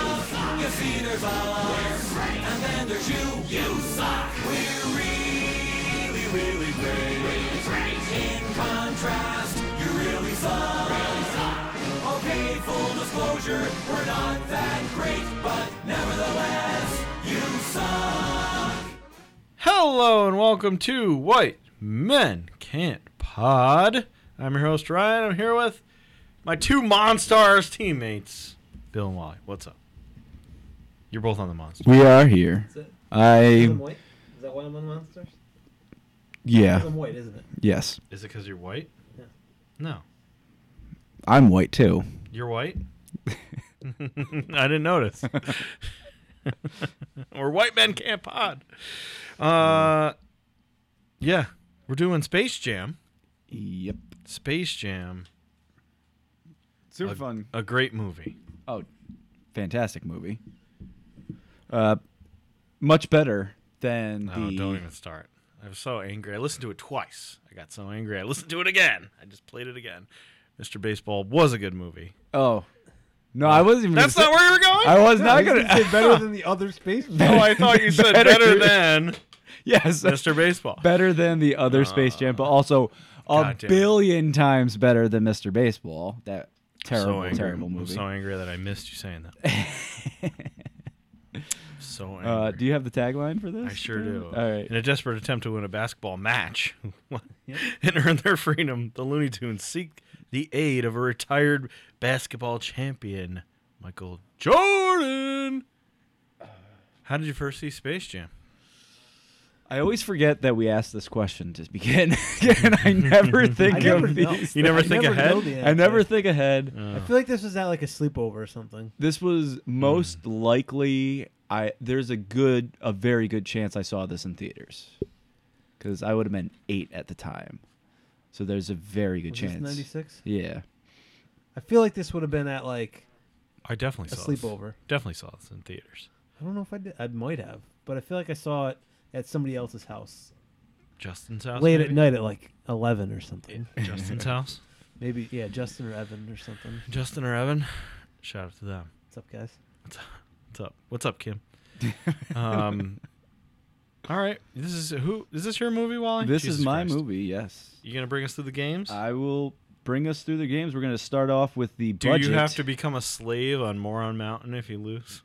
the Cedar Box. And then there's you, you suck. We're really, really great. In contrast, you really suck. Okay, full disclosure, we're not that great, but nevertheless, you suck. Hello and welcome to White Men Can't Pod. I'm your host Ryan. I'm here with my two Monstars teammates, Bill and Wally. What's up? You're both on the Monster. We are here. Is it? Is I it white? Is that why I'm on monsters? yeah I'm white, isn't it? yes Is it because you're white? Yeah. No, I'm white too. you're white. I didn't notice. or White Men Can't Pod. Uh, yeah, we're doing Space Jam. Yep. Space Jam, Super A- fun. a great movie. Oh, fantastic movie. Uh, much better than Oh, the. don't even start. I was so angry. I listened to it twice. I got so angry. I listened to it again. I just played it again. Mr. Baseball was a good movie. Oh, no, I wasn't even. That's gonna not where you were going. say- I was not he's gonna say better than the other space. oh, I thought you said better than yes, Mr. Baseball. Uh, better than the other Space Jam, but also a God damn it. billion times better than Mr. Baseball. That so terrible, angry. terrible I'm movie. so angry that I missed you saying that. so angry. uh, do you have the tagline for this? I sure do. All right. In a desperate attempt to win a basketball match and earn their freedom, the Looney Tunes seek the aid of a retired basketball champion, Michael Jordan. Uh, How did you first see Space Jam? I always forget that we asked this question to begin, and I never think I of never know. these. You never I think never ahead? know the I never answer. think ahead. I feel like this was at like a sleepover or something. This was Hmm. most likely. I there's a good, a very good chance I saw this in theaters, because I would have been eight at the time. So there's a very good Was this chance. 96? Yeah. I feel like this would have been at like I definitely a saw this. sleepover. Definitely saw this in theaters. I don't know if I did. I might have, but I feel like I saw it at somebody else's house Justin's house. late at maybe? night at like eleven or something. Justin's house. Maybe yeah, Justin or Evan or something. Justin or Evan. Shout out to them. What's up, guys? What's up? What's up, Kim? Um. all right. This is who? Is this your movie, Wally? This Jesus is my Christ. movie. Yes. You gonna bring us through the games? I will bring us through the games. We're gonna start off with the Do budget. you have to become a slave on Moron Mountain if you lose?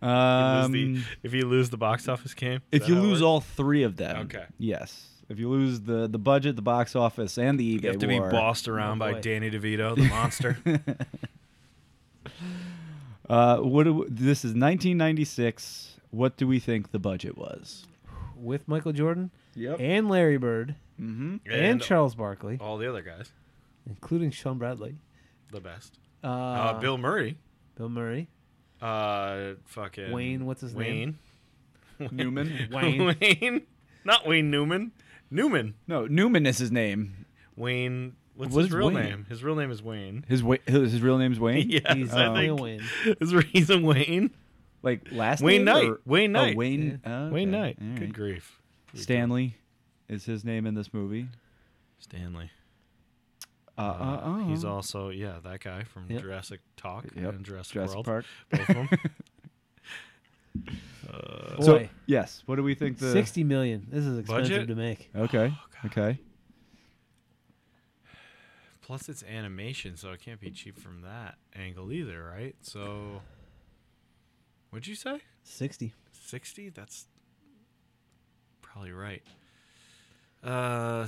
Um, Lose the- if you lose the box office game? Is if that you how it lose works? all three of them. Okay. Yes. If you lose the the budget, the box office, and the eBay you have to be war. bossed around Oh, by boy. Danny DeVito, the monster. Uh, what do, we- this is 1996. What do we think the budget was? With Michael Jordan Yep. and Larry Bird mm-hmm. and, Charles Barkley, all the other guys, including Sean Bradley, the best. uh, Uh, Bill Murray, Bill Murray, uh, fucking Wayne, what's his Wayne. Newman. Wayne. Wayne, not Wayne Newman, Newman. No, Newman is his name. Wayne. What's What his is real Wayne? name? His real name is Wayne. His wa- his, his real name's Wayne. Yes, He's I definitely a think Wayne. Is there- he's a Wayne. Like last Wayne name Knight. or- Wayne oh, Knight. Wayne. okay. Wayne Knight. All Good right. grief. Stanley is his name in this movie. Stanley. Uh, uh, Uh, He's uh. also yeah that guy from Yep. Jurassic Talk Yep. and Jurassic, Jurassic World. Park. Both of Uh, 'em. Boy, So yes, what do we think the sixty million. This is expensive Budget? to make. Okay. oh, God. okay. Plus it's animation, so it can't be cheap from that angle either, right? So, what'd you say? Sixty. Sixty? That's probably right. Uh,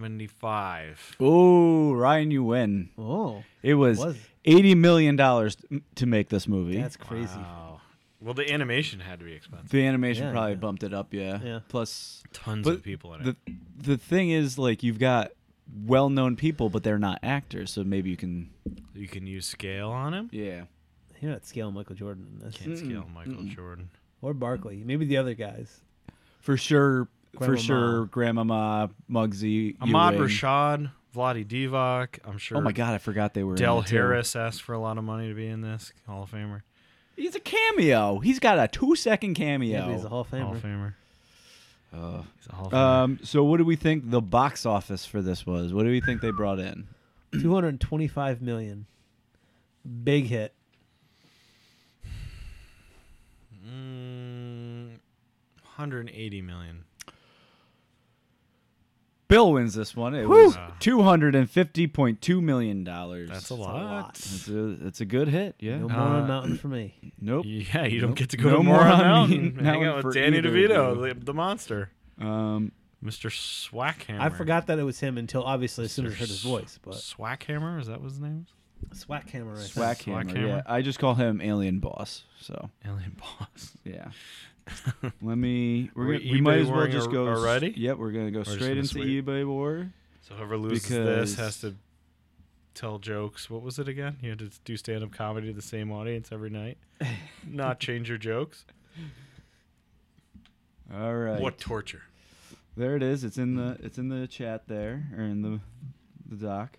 seventy-five. Oh, Ryan, you win. Oh, It was, Was- eighty million dollars to make this movie. that's crazy. Wow. Well, the animation had to be expensive. the animation Yeah, probably yeah. bumped it up. Yeah. Yeah. Plus, Tons But of people in it. the the thing is, like, you've got well-known people, but they're not actors, so maybe you can. You can use scale on him. Yeah. You're not scaling Michael Jordan in this, Can't scale Michael Jordan. or Barkley. Maybe the other guys. For sure. Grandmama. For sure, Grandmama Muggsy. Ahmad Ewing. Rashad, Vladi Divac. I'm sure. Oh my God, I forgot they were. in Del it, too. Harris asked for a lot of money to be in this Hall of Famer. He's a cameo. He's got a two-second Yeah, cameo. but he's a Hall of Hall Famer. of Famer. He's a Hall of Famer. um. So, what do we think the box office for this was? What do we think they brought in? Two hundred twenty-five million. Big hit. Mm, 180 million. Bill wins this one. It was two hundred and fifty point two million dollars. That's a lot. It's a, it's a good hit. Yeah. No Nope. more Uh, on mountain for me. Yeah, you don't Nope. get to go No to more Moron on Mountain. Mountain and Hang out for with Danny either of DeVito, you. the, the monster, Um, Mr. Swackhammer. I forgot that it was him until obviously as soon as I heard his voice. But Swackhammer is that what his name is? Swackhammer, I think. Swackhammer. Swackhammer. Yeah. I just call him Alien Boss. So Alien Boss. yeah. Let me. We're Are we gonna, we might eBay as well warring just al- go. s- already? Yep. We're gonna go just straight gonna into sweep? eBay war. So whoever loses Because- this has to tell jokes. What was it again? You had to do stand up comedy to the same audience every night, not change your jokes. All right. What torture? There it is. It's in the. It's in the chat there or in the, the doc.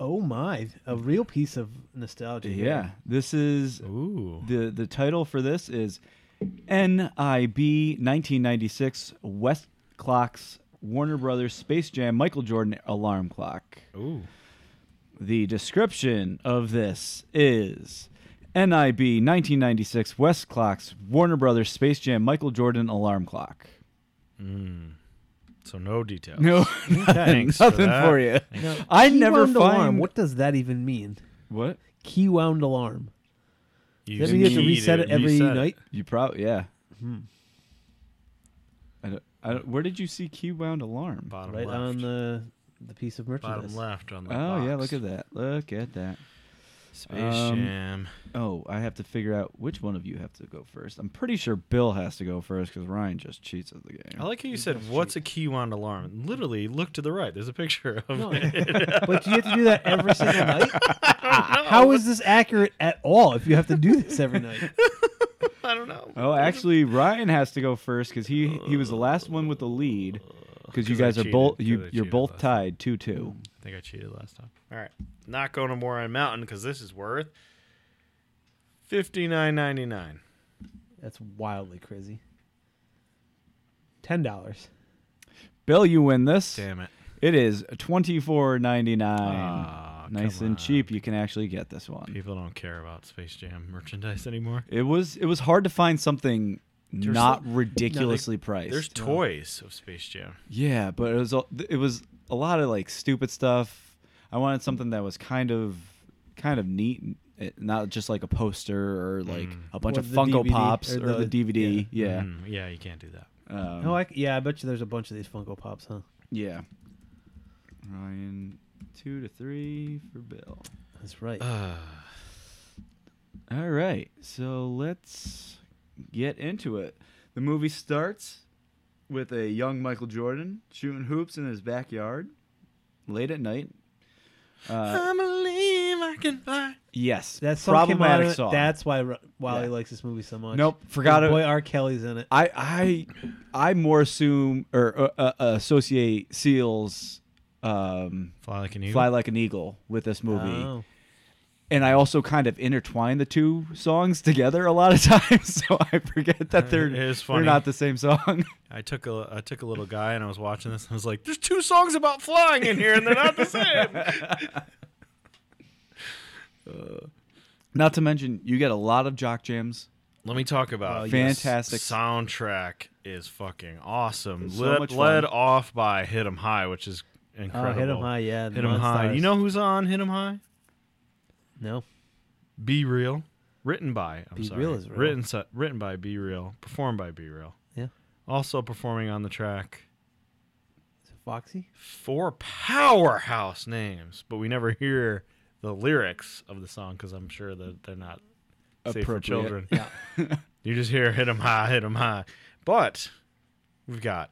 Oh my, a real piece of nostalgia. here. Yeah. This is Ooh. The the title for this is NIB 1996 West Clocks Warner Brothers Space Jam Michael Jordan Alarm Clock. Ooh. The description of this is NIB 1996 West Clocks Warner Brothers Space Jam Michael Jordan Alarm Clock. Mm. So no details. No, Thanks for nothing for, that. you. Now, I never key-wound alarm. find What does that even mean? what Key wound alarm. You Does that mean you have need to reset it every reset it. night? you probably yeah. I don't, I don't, uh, where did you see Q wound alarm? Bottom Right left. on the the piece of merchandise. Bottom left on Oh the yeah, box. look at that. Look at that. Space Um, Jam. Oh, I have to figure out which one of you have to go first. I'm pretty sure Bill has to go first because Ryan just cheats at the game. I like how you said, "What's a key wand alarm?" Literally, look to the right. There's a picture of No. it. but do you have to do that every single night? How is this accurate at all if you have to do this every night? I don't know. oh, actually, Ryan has to go first because he he was the last one with the lead because you 'Cause I guys are cheated. both 'Cause I you you're cheated both last tied two two. I think I cheated last time. All right, not going to Moran Mountain because this is worth fifty nine ninety nine. That's wildly crazy. Ten dollars. Bill, you win this. Damn it! It is twenty four ninety Aw, nine. Nice Ah, come on. and cheap. You can actually get this one. People don't care about Space Jam merchandise anymore. It was it was hard to find something not ridiculously priced. There's toys of Space Jam. Yeah, but it was a- it was a lot of like stupid stuff. I wanted something that was kind of kind of neat, and- it- not just like a poster or like a bunch Or of the Funko DVD, Pops or or the, the- DVD. Yeah, Mm, yeah, you can't do that. yeah. Um, Oh, I, yeah. I bet you there's a bunch of these Funko Pops, huh? yeah. Ryan, two to three for Bill. That's right. Uh, Uh, All right, so let's get into it. The movie starts with a young Michael Jordan shooting hoops in his backyard late at night. Uh, I believe I can fly. Yes, that song problematic came out. song. That's why Ro- Wally Yeah. likes this movie so much. Nope, forgot His it. Boy, R. Kelly's in it. I I I more assume or uh, uh, associate Seals um, Fly like an eagle. "Fly Like an Eagle" with this movie, Oh. and I also kind of intertwine the two songs together a lot of times, so I forget Uh, that they're It is they're funny. not the same song. I took a I took a little guy and I was watching this and I was like, "There's two songs about flying in here and they're not the same." not to mention, you get a lot of jock jams. Let me talk about Well, it. yes. Fantastic. soundtrack is fucking awesome. So led, much fun. led off by "Hit 'Em High," which is oh, incredible. hit 'em high, yeah. the Hit 'Em High. Monstars. You know who's on "Hit 'Em High"? No. Be Real, written by. I'm Be sorry. Real is real. written so- written by Be Real, performed by Be Real. Yeah. Also performing on the track. Is it Foxy? Four powerhouse names, but we never hear the lyrics of the song because I'm sure that they're not safe for Appropriate. children. Yeah. You just hear hit 'em high, hit 'em high. But we've got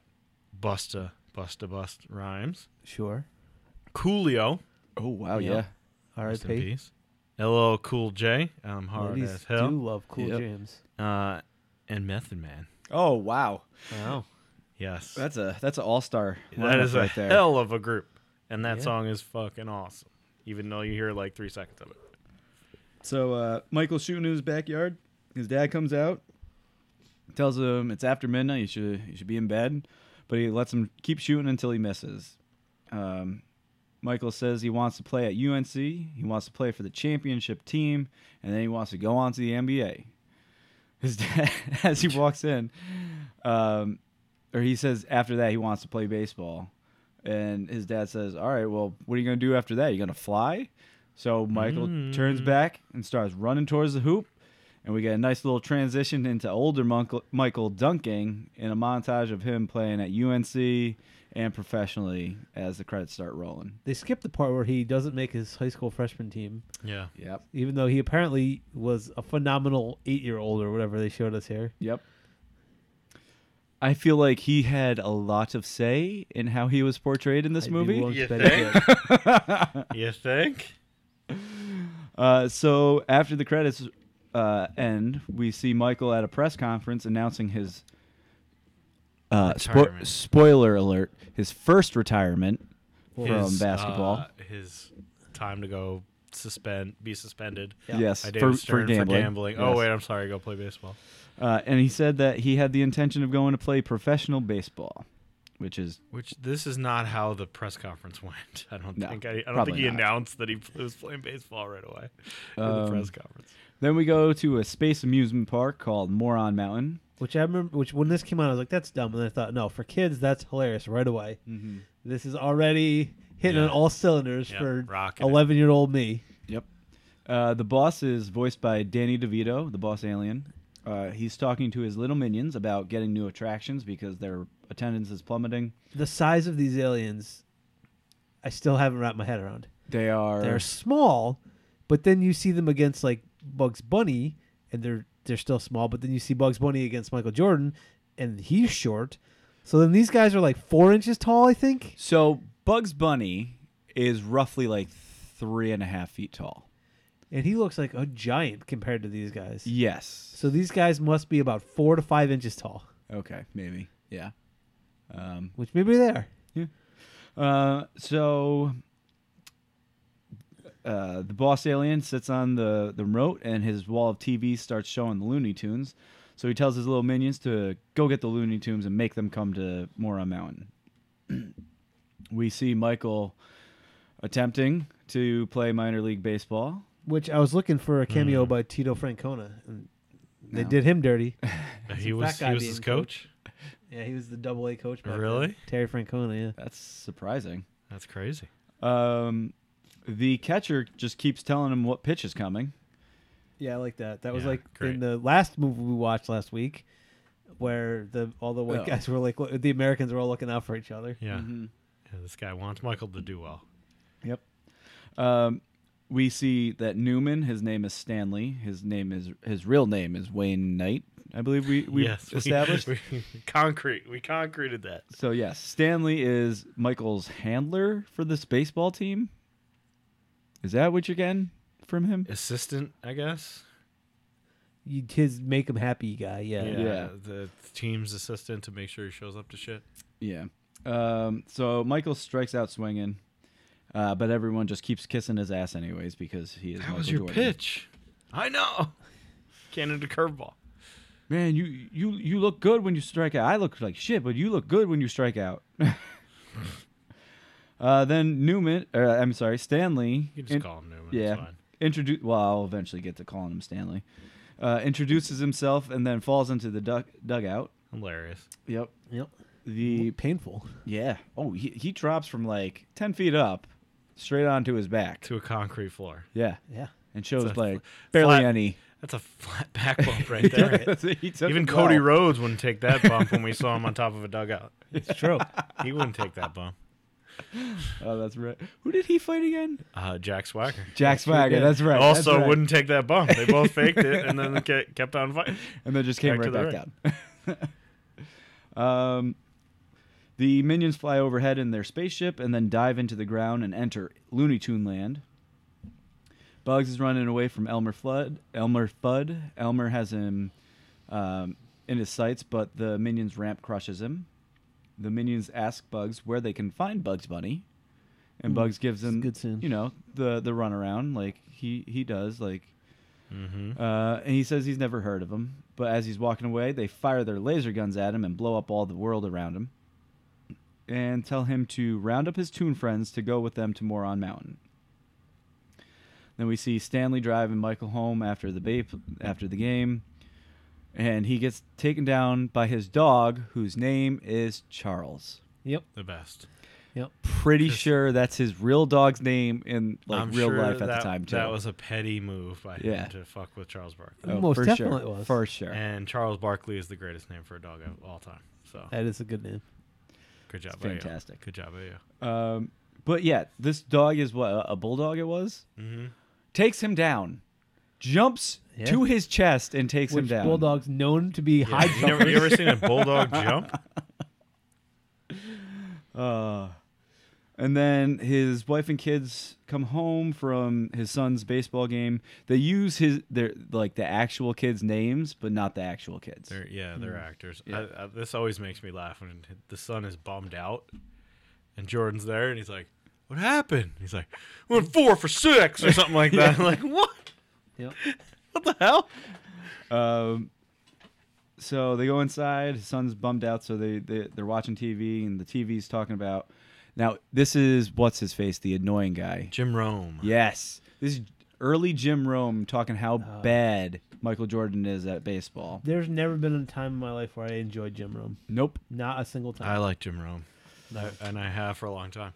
Busta, Busta Bust Rhymes, Sure. Coolio, Oh wow, Yeah. yeah. rest in R.I.P. peace, LL Cool J, I'm hard Ladies as hell, do love cool Yep. jams. uh, and Method Man. Oh wow, Wow. Yes. that's a that's an all star. that is a right there. hell of a group. And that Yeah. song is fucking awesome, even though you hear like three seconds of it. So uh, Michael's shooting in his backyard. His dad comes out, tells him it's after midnight. You should you should be in bed, but he lets him keep shooting until he misses. Um, Michael says he wants to play at UNC. He wants to play for the championship team, and then he wants to go on to the NBA. His dad, as he walks in, um, or he says after that he wants to play baseball, and his dad says, "All right, well, what are you gonna do after that? You gonna fly?" So Michael turns back and starts running towards the hoop, and we get a nice little transition into older Monk- Michael dunking in a montage of him playing at UNC and professionally as the credits start rolling. They skipped the part where he doesn't make his high school freshman team, Yeah. Yep. even though he apparently was a phenomenal eight-year-old or whatever they showed us here. Yep. I feel like he had a lot of say in how he was portrayed in this I'd be movie. willing to You bet he think? did. You think? Uh, so after the credits uh, end, we see Michael at a press conference announcing his uh, spo- Retirement. spoiler alert, his first retirement from His, basketball. uh, his time to go suspend, be suspended. Yeah. Yes, I did for, Stern for gambling. Oh Yes. wait, I'm sorry. Go play baseball. Uh, and he said that he had the intention of going to play professional baseball, which is Which this is not how the press conference went. I don't No, think. I, I don't probably think he not. announced that he was playing baseball right away in the Um, press conference. Then we go to a space amusement park called Moron Mountain. Which I remember, which when this came out, I was like, "That's dumb," and then I thought, "No, for kids, that's hilarious right away. This is already hitting Mm-hmm. Yeah. on all cylinders Yeah, for rocking it. eleven-year-old me." Yep. Uh, the boss is voiced by Danny DeVito, the boss alien. Uh, he's talking to his little minions about getting new attractions because their attendance is plummeting. The size of these aliens, I still haven't wrapped my head around. They are They're small, but then you see them against like Bugs Bunny, and they're they're still small. But then you see Bugs Bunny against Michael Jordan, and he's short. So then these guys are like four inches tall, I think. so Bugs Bunny is roughly like three and a half feet tall. And he looks like a giant compared to these guys. Yes. So these guys must be about four to five inches tall, Okay. Maybe. Yeah. Um, which maybe they are. Uh, so uh, the boss alien sits on the, the remote and his wall of TV starts showing the Looney Tunes. So he tells his little minions to go get the Looney Tunes and make them come to Moron Mountain. we see Michael attempting to play minor league baseball. Which I was looking for a cameo by Tito Francona, and they No. did him dirty. he that was he guy was being his coach. yeah, he was the double A coach. back Really? then. Terry Francona, yeah. That's surprising. That's crazy. Um, the catcher just keeps telling him what pitch is coming. Yeah, I like that. That was Yeah, like great. in the last movie we watched last week, where the all the white Oh. guys were like lo- the Americans were all looking out for each other. Yeah. Mm-hmm. yeah. This guy wants Michael to do well. Yep. Um, we see that Newman, his name is Stanley. His name is his real name is Wayne Knight. I believe we we yes, we- established. We, concrete. We concreted that. So yes, Stanley is Michael's handler for this baseball team. Is that what you're getting from him? Assistant, I guess. You, his make him happy guy, yeah. Yeah. The team's assistant to make sure he shows up to shit. Yeah. Um, so Michael strikes out swinging, uh, but everyone just keeps kissing his ass anyways because he is. That Michael was your Jordan. pitch. I know. Cannon to curveball. man. You you you look good when you strike out. I look like shit, but you look good when you strike out. uh, then Newman, uh, I'm sorry, Stanley. You can just in- call him Newman. It's yeah, fine. introduce. Well, I'll eventually get to calling him Stanley. Uh, introduces himself and then falls into the dug- dugout. Hilarious. Yep. Yep. The Painful. yeah. Oh, he, he drops from like ten feet up, straight onto his back. To a concrete floor. Yeah, Yeah. and shows It's a like fl- barely flat- any. That's a flat back bump right there. He took Even it Cody well. Rhodes wouldn't take that bump when we saw him on top of a dugout. It's true. He wouldn't take that bump. Oh, that's right. Who did he fight again? Uh, Jack Swagger. Jack Swagger. yeah. That's right. that's also right. wouldn't take that bump. They both faked it and then ke- kept on fighting. and then just came Back to right back down. um, the minions fly overhead in their spaceship and then dive into the ground and enter Looney Tune Land. Bugs is running away from Elmer Flood. Elmer Fudd. Elmer has him um, in his sights, but the minions ramp crushes him. The minions ask Bugs where they can find Bugs Bunny, and Bugs gives him, good scene. you know, the the runaround like he he does like uh, and he says he's never heard of them. But as he's walking away, they fire their laser guns at him and blow up all the world around him. And tell him to round up his toon friends to go with them to Moron Mountain. Then we see Stanley driving Michael home after the ba- after the game. and he gets taken down by his dog, whose name is Charles. Yep. The best. Pretty sure that's his real dog's name in like I'm real sure life at that, the time too. That was a petty move by Yeah. him to fuck with Charles Barkley. Oh, Most for definitely sure. it was. for sure. And Charles Barkley is the greatest name for a dog of all time. So That is a good name. good job, it's Ayo. fantastic. Good job, Ayo. Um, but yeah, this dog is what a a bulldog it was. Mm-hmm. Takes him down, jumps Yeah. to his chest and takes him Which down. Bulldog's known to be high you, never, you ever seen a bulldog jump? Uh, and then his wife and kids come home from his son's baseball game. They use his their like the actual kids' names, but not the actual kids. They're, yeah, they're actors. Mm. Yeah. I, I, this always makes me laugh when the son is bummed out, and Jordan's there, and he's like, "What happened?" He's like, "Went four for six or something like that." I'm like, "What? Yep. What the hell?" Um, so they go inside. His son's bummed out, so they, they they're watching TV, and the TV's talking about. Now this is what's his face, the annoying guy. Jim Rome. Yes, this is early Jim Rome talking how Oh. bad Michael Jordan is at baseball. There's never been a time in my life where I enjoyed Jim Rome. Nope. Not a single I time. like Jim Rome, I- and I have for a long time.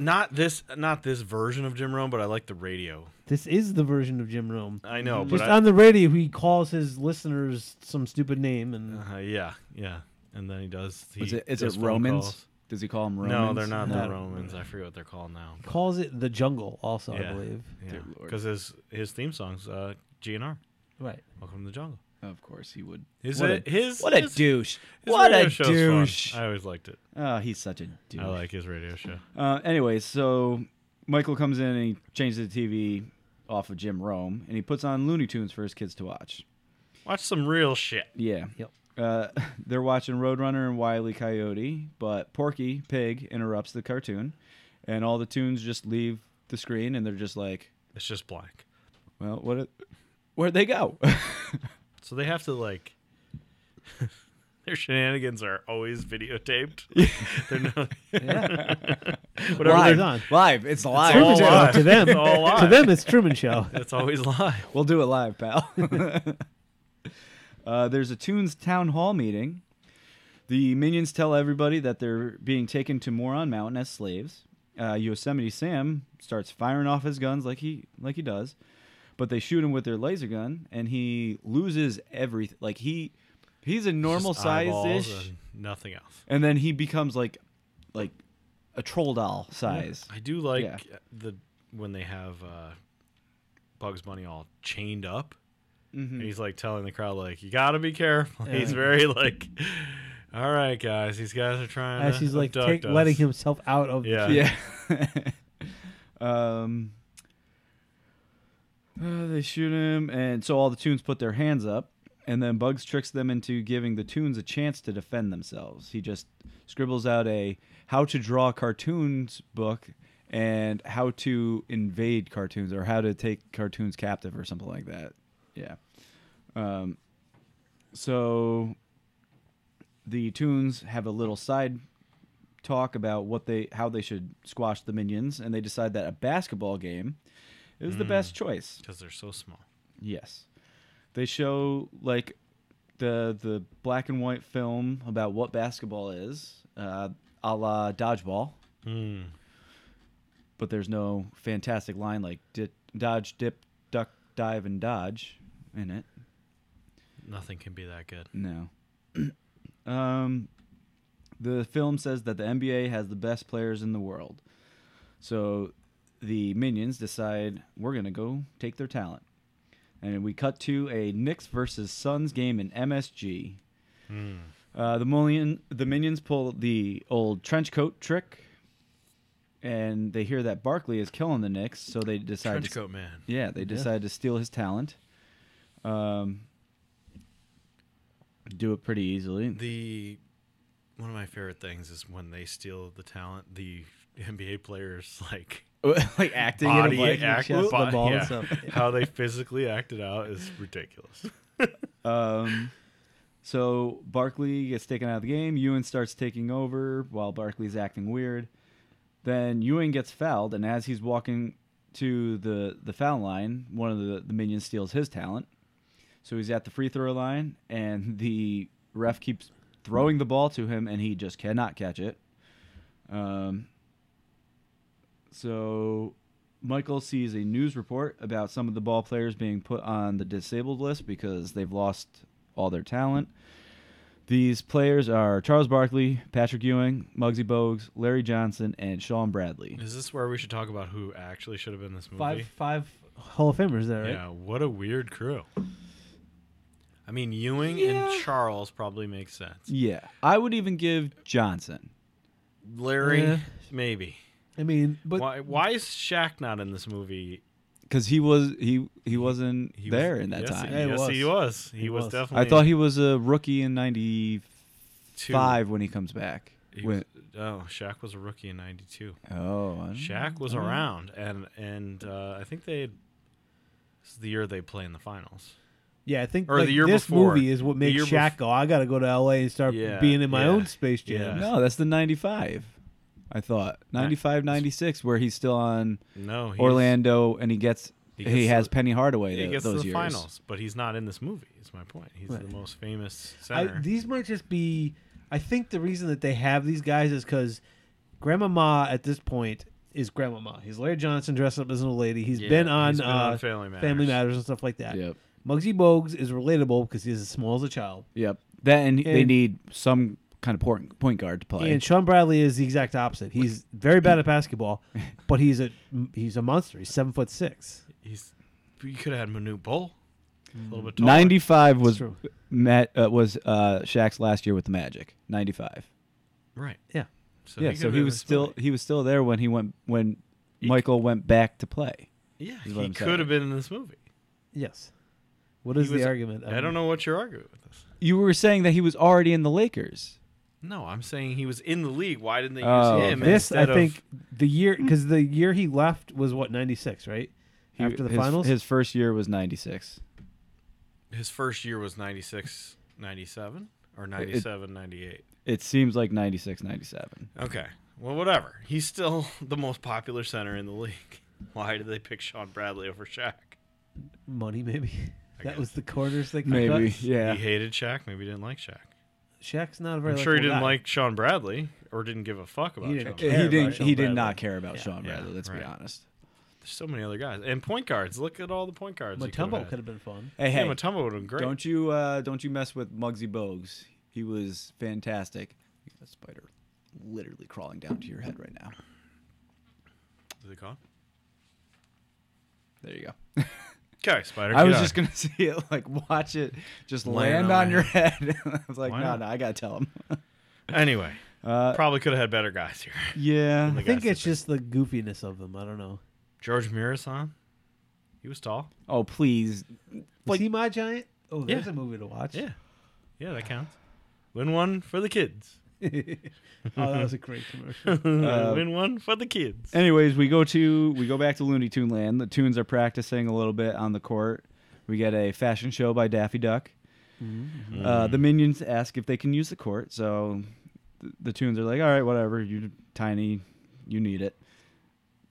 Not this, not this version of Jim Rome, but I like the radio. this is the version of Jim Rome. I Mm. know, but I, Just on the radio, he calls his listeners some stupid name, and Uh, yeah, yeah. And then he does. He Is it, is does it phone Romans? calls. Does he call them Romans? No, they're not No. the Romans. I forget what they're called now. but calls it the jungle. Also, Yeah. I believe. Yeah, Dear Lord. because his his theme song's uh, GNR. Right. Welcome to the jungle. Of course he would. His What uh, a- his What a his- douche. his What radio a show's fun. douche. I always liked it. Oh, he's such a douche. I like his radio show. Uh, anyway, so Michael comes in and he changes the TV off of Jim Rome and he puts on Looney Tunes for his kids to watch. Watch some real shit. Yeah. Yep. Uh, they're watching Roadrunner and Wile E. Coyote, but Porky Pig interrupts the cartoon and all the tunes just leave the screen and they're just like, It's just blank. well, what? A- Where'd they go? So they have to like. Their shenanigans are always videotaped. They're not, Yeah. whatever Why? they're- Live. on. Live. It's live. all Truman Show. live. To them, It's all to live. them, it's Truman Show. It's always live. We'll do it live, pal. uh, there's a Toons Town Hall meeting. The minions tell everybody that they're being taken to Moron Mountain as slaves. Uh, Yosemite Sam starts firing off his guns like he like he does, but they shoot him with their laser gun, and he loses everything. Like he, he's a normal Just size eyeballs ish, and... and Nothing else. then he becomes like, like, a troll doll size. I do like Yeah. the when they have uh, Bugs Bunny all chained up, Mm-hmm. and he's like telling the crowd like, "You got to be careful." He's very like, "All right, guys, these guys are trying." As to he's like abduct take, us." letting himself out of. Yeah. Yeah. um, uh, they shoot him, and so all the Toons put their hands up, and then Bugs tricks them into giving the Toons a chance to defend themselves. He just scribbles out a how to draw cartoons book and how to invade cartoons or how to take cartoons captive or something like that. Yeah. Um, so the Toons have a little side talk about what they how they should squash the minions and they decide that a basketball game is the best choice. because they're so small. Yes. They show like the the black and white film about what basketball is, uh, a la dodgeball, Hmm. but there's no fantastic line like di- dodge, dip, duck, dive, and dodge in it. Nothing can be that good. No. um, the film says that the NBA has the best players in the world. So the minions decide we're going to go take their talent. And we cut to a Knicks versus Suns game in MSG. Hmm. Uh, the, million, the minions pull the old trench coat trick, and they hear that Barkley is killing the Knicks, so they decide Trench to coat man. yeah, they decided to steal his talent. Um, do it pretty easily. The one of my favorite things is when they steal the talent. The NBA players like like acting body in a like, act, chest, the body- ball and yeah. stuff. how they physically acted out is ridiculous. Um, so Barkley gets taken out of the game. Ewan starts taking over while Barkley's acting weird. Then Ewing gets fouled, and as he's walking to the, the foul line, one of the, the minions steals his talent. So he's at the free throw line, and the ref keeps throwing the ball to him, and he just cannot catch it. Um, so Michael sees a news report about some of the ball players being put on the disabled list because they've lost all their talent. These players are Charles Barkley, Patrick Ewing, Muggsy Bogues, Larry Johnson, and Sean Bradley. Is this where we should talk about who actually should have been in this movie? Five five Hall of Famers there, right? Yeah, what a weird crew. I mean, Ewing Yeah. and Charles probably makes sense. Yeah, I would even give Johnson. Larry, Yeah. maybe. I mean, but why? Why is Shaq not in this movie? because he was he he wasn't He was- there in that yes, time. He, Yeah, he yes, was. he was. He, He was, was. I definitely. I thought he was a rookie in '95 two. when he comes back. He When- was, oh, Shaq was a rookie in '92. oh, I don't- Shaq was I don't know. around, and and uh, I think they. had- This is the year they play in the finals. yeah, I think Or the like, year this before. movie is what The makes year Shaq bef- go. I got to go to L.A. and start Yeah, being in my yeah, own space jam. yeah. No, that's the '95. I thought '95, '96, where he's still on No, he's, Orlando, and he gets he he, gets has the- Penny Hardaway. He tho- gets to those the years. finals, but he's not in this movie. Is my point. He's Right. the most famous I, center. these might just be. I think the reason that they have these guys is because Grandmama at this point is Grandmama. He's Larry Johnson dressed up as an old lady. He's Yeah, been on, he's been uh, on Family Matters. Family Matters and stuff like that. Yep, Muggsy Bogues is relatable because he's as small as a child. yep. That and, they And- need some kind of point point guard to play. And Sean Bradley is the exact opposite. He's very bad at basketball, but he's a he's a monster. He's seven foot six. He's you could have had Manu Bull, a little bit taller. '95 was true. Matt uh, was uh, Shaq's last year with the Magic. '95. right? Yeah. So yeah, could so have he been was this still movie. he was still there when he went when Michael went back to play. Yeah, is what he I'm could have saying. been in this movie. Yes. What is He was- the argument? I don't know what you're arguing with this. You were saying that he was already in the Lakers. No, I'm saying he was in the league. Why didn't they use Oh, him? okay. This I instead of- Hmm. think the year because the year he left was what ninety six, right? He- After the his, finals, his first year was '96. his first year was 96, 97 or 97, 98. It seems like '96, '97. Okay. Well, whatever. He's still the most popular center in the league. Why did they pick Sean Bradley over Shaq? money maybe. I That guess. was the corners they could Maybe, cut. yeah. He hated Shaq. Maybe he didn't like Shaq. Shaq's not a very. I'm sure he likable didn't guy. like Sean Bradley or didn't give a fuck about He Sean didn't He Bradley. care about didn't. Sean He did Bradley. not care about Sean Yeah, Bradley. let's right. be honest. There's so many other guys. And point guards. Look at all the point guards. you could've Mutombo had. could have been fun. Hey, Yeah, hey, Mutombo would have been great. don't you uh, don't you mess with Muggsy Bogues? He was fantastic. You got a spider literally crawling down to your head right now. Is it gone? There you go. Okay, Spider. I get was out. just gonna see it, like watch it, just Land land, on on your head. I was like, Why no, not? no, I gotta tell him. Anyway, Uh, probably could have had better guys here. yeah, I Like- think guys it's that- just the goofiness of them. I don't know. George Mirasan. He was tall. Oh please, Was he my giant? Oh, there's Yeah. a movie to watch. Yeah. Yeah, that counts. Win one for the kids. oh, that was a great commercial. Win one for the kids. Anyways, we go to we go back to Looney Tune Land. The Tunes are practicing a little bit on the court. We get a fashion show by Daffy Duck. Mm-hmm. Uh, the minions ask if they can use the court, so th- the Tunes are like, "All right, whatever. You're tiny, you need it."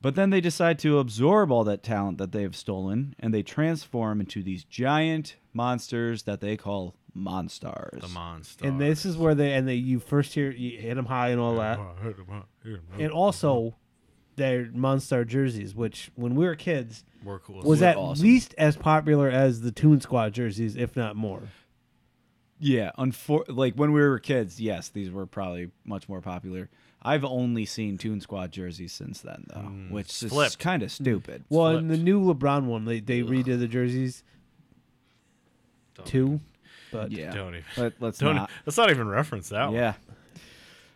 But then they decide to absorb all that talent that they've stolen, and they transform into these giant monsters that they call monstars. The monster. and this is where they and they you first hear you hit them high and all that. And also, their Monstar jerseys, which when we were kids We're cool. was Were at awesome. least as popular as the Toon Squad jerseys, if not more. Yeah, unfor- like when we were kids, yes, these were probably much more popular. I've only seen Toon Squad jerseys since then, though, which is Mm, flipped. kind of stupid. Mm. Well, in the flipped. new LeBron one, they they redid the jerseys Don't- too, but yeah, Don't even. Let, let's Don't, not. Let's not even reference that one. Yeah.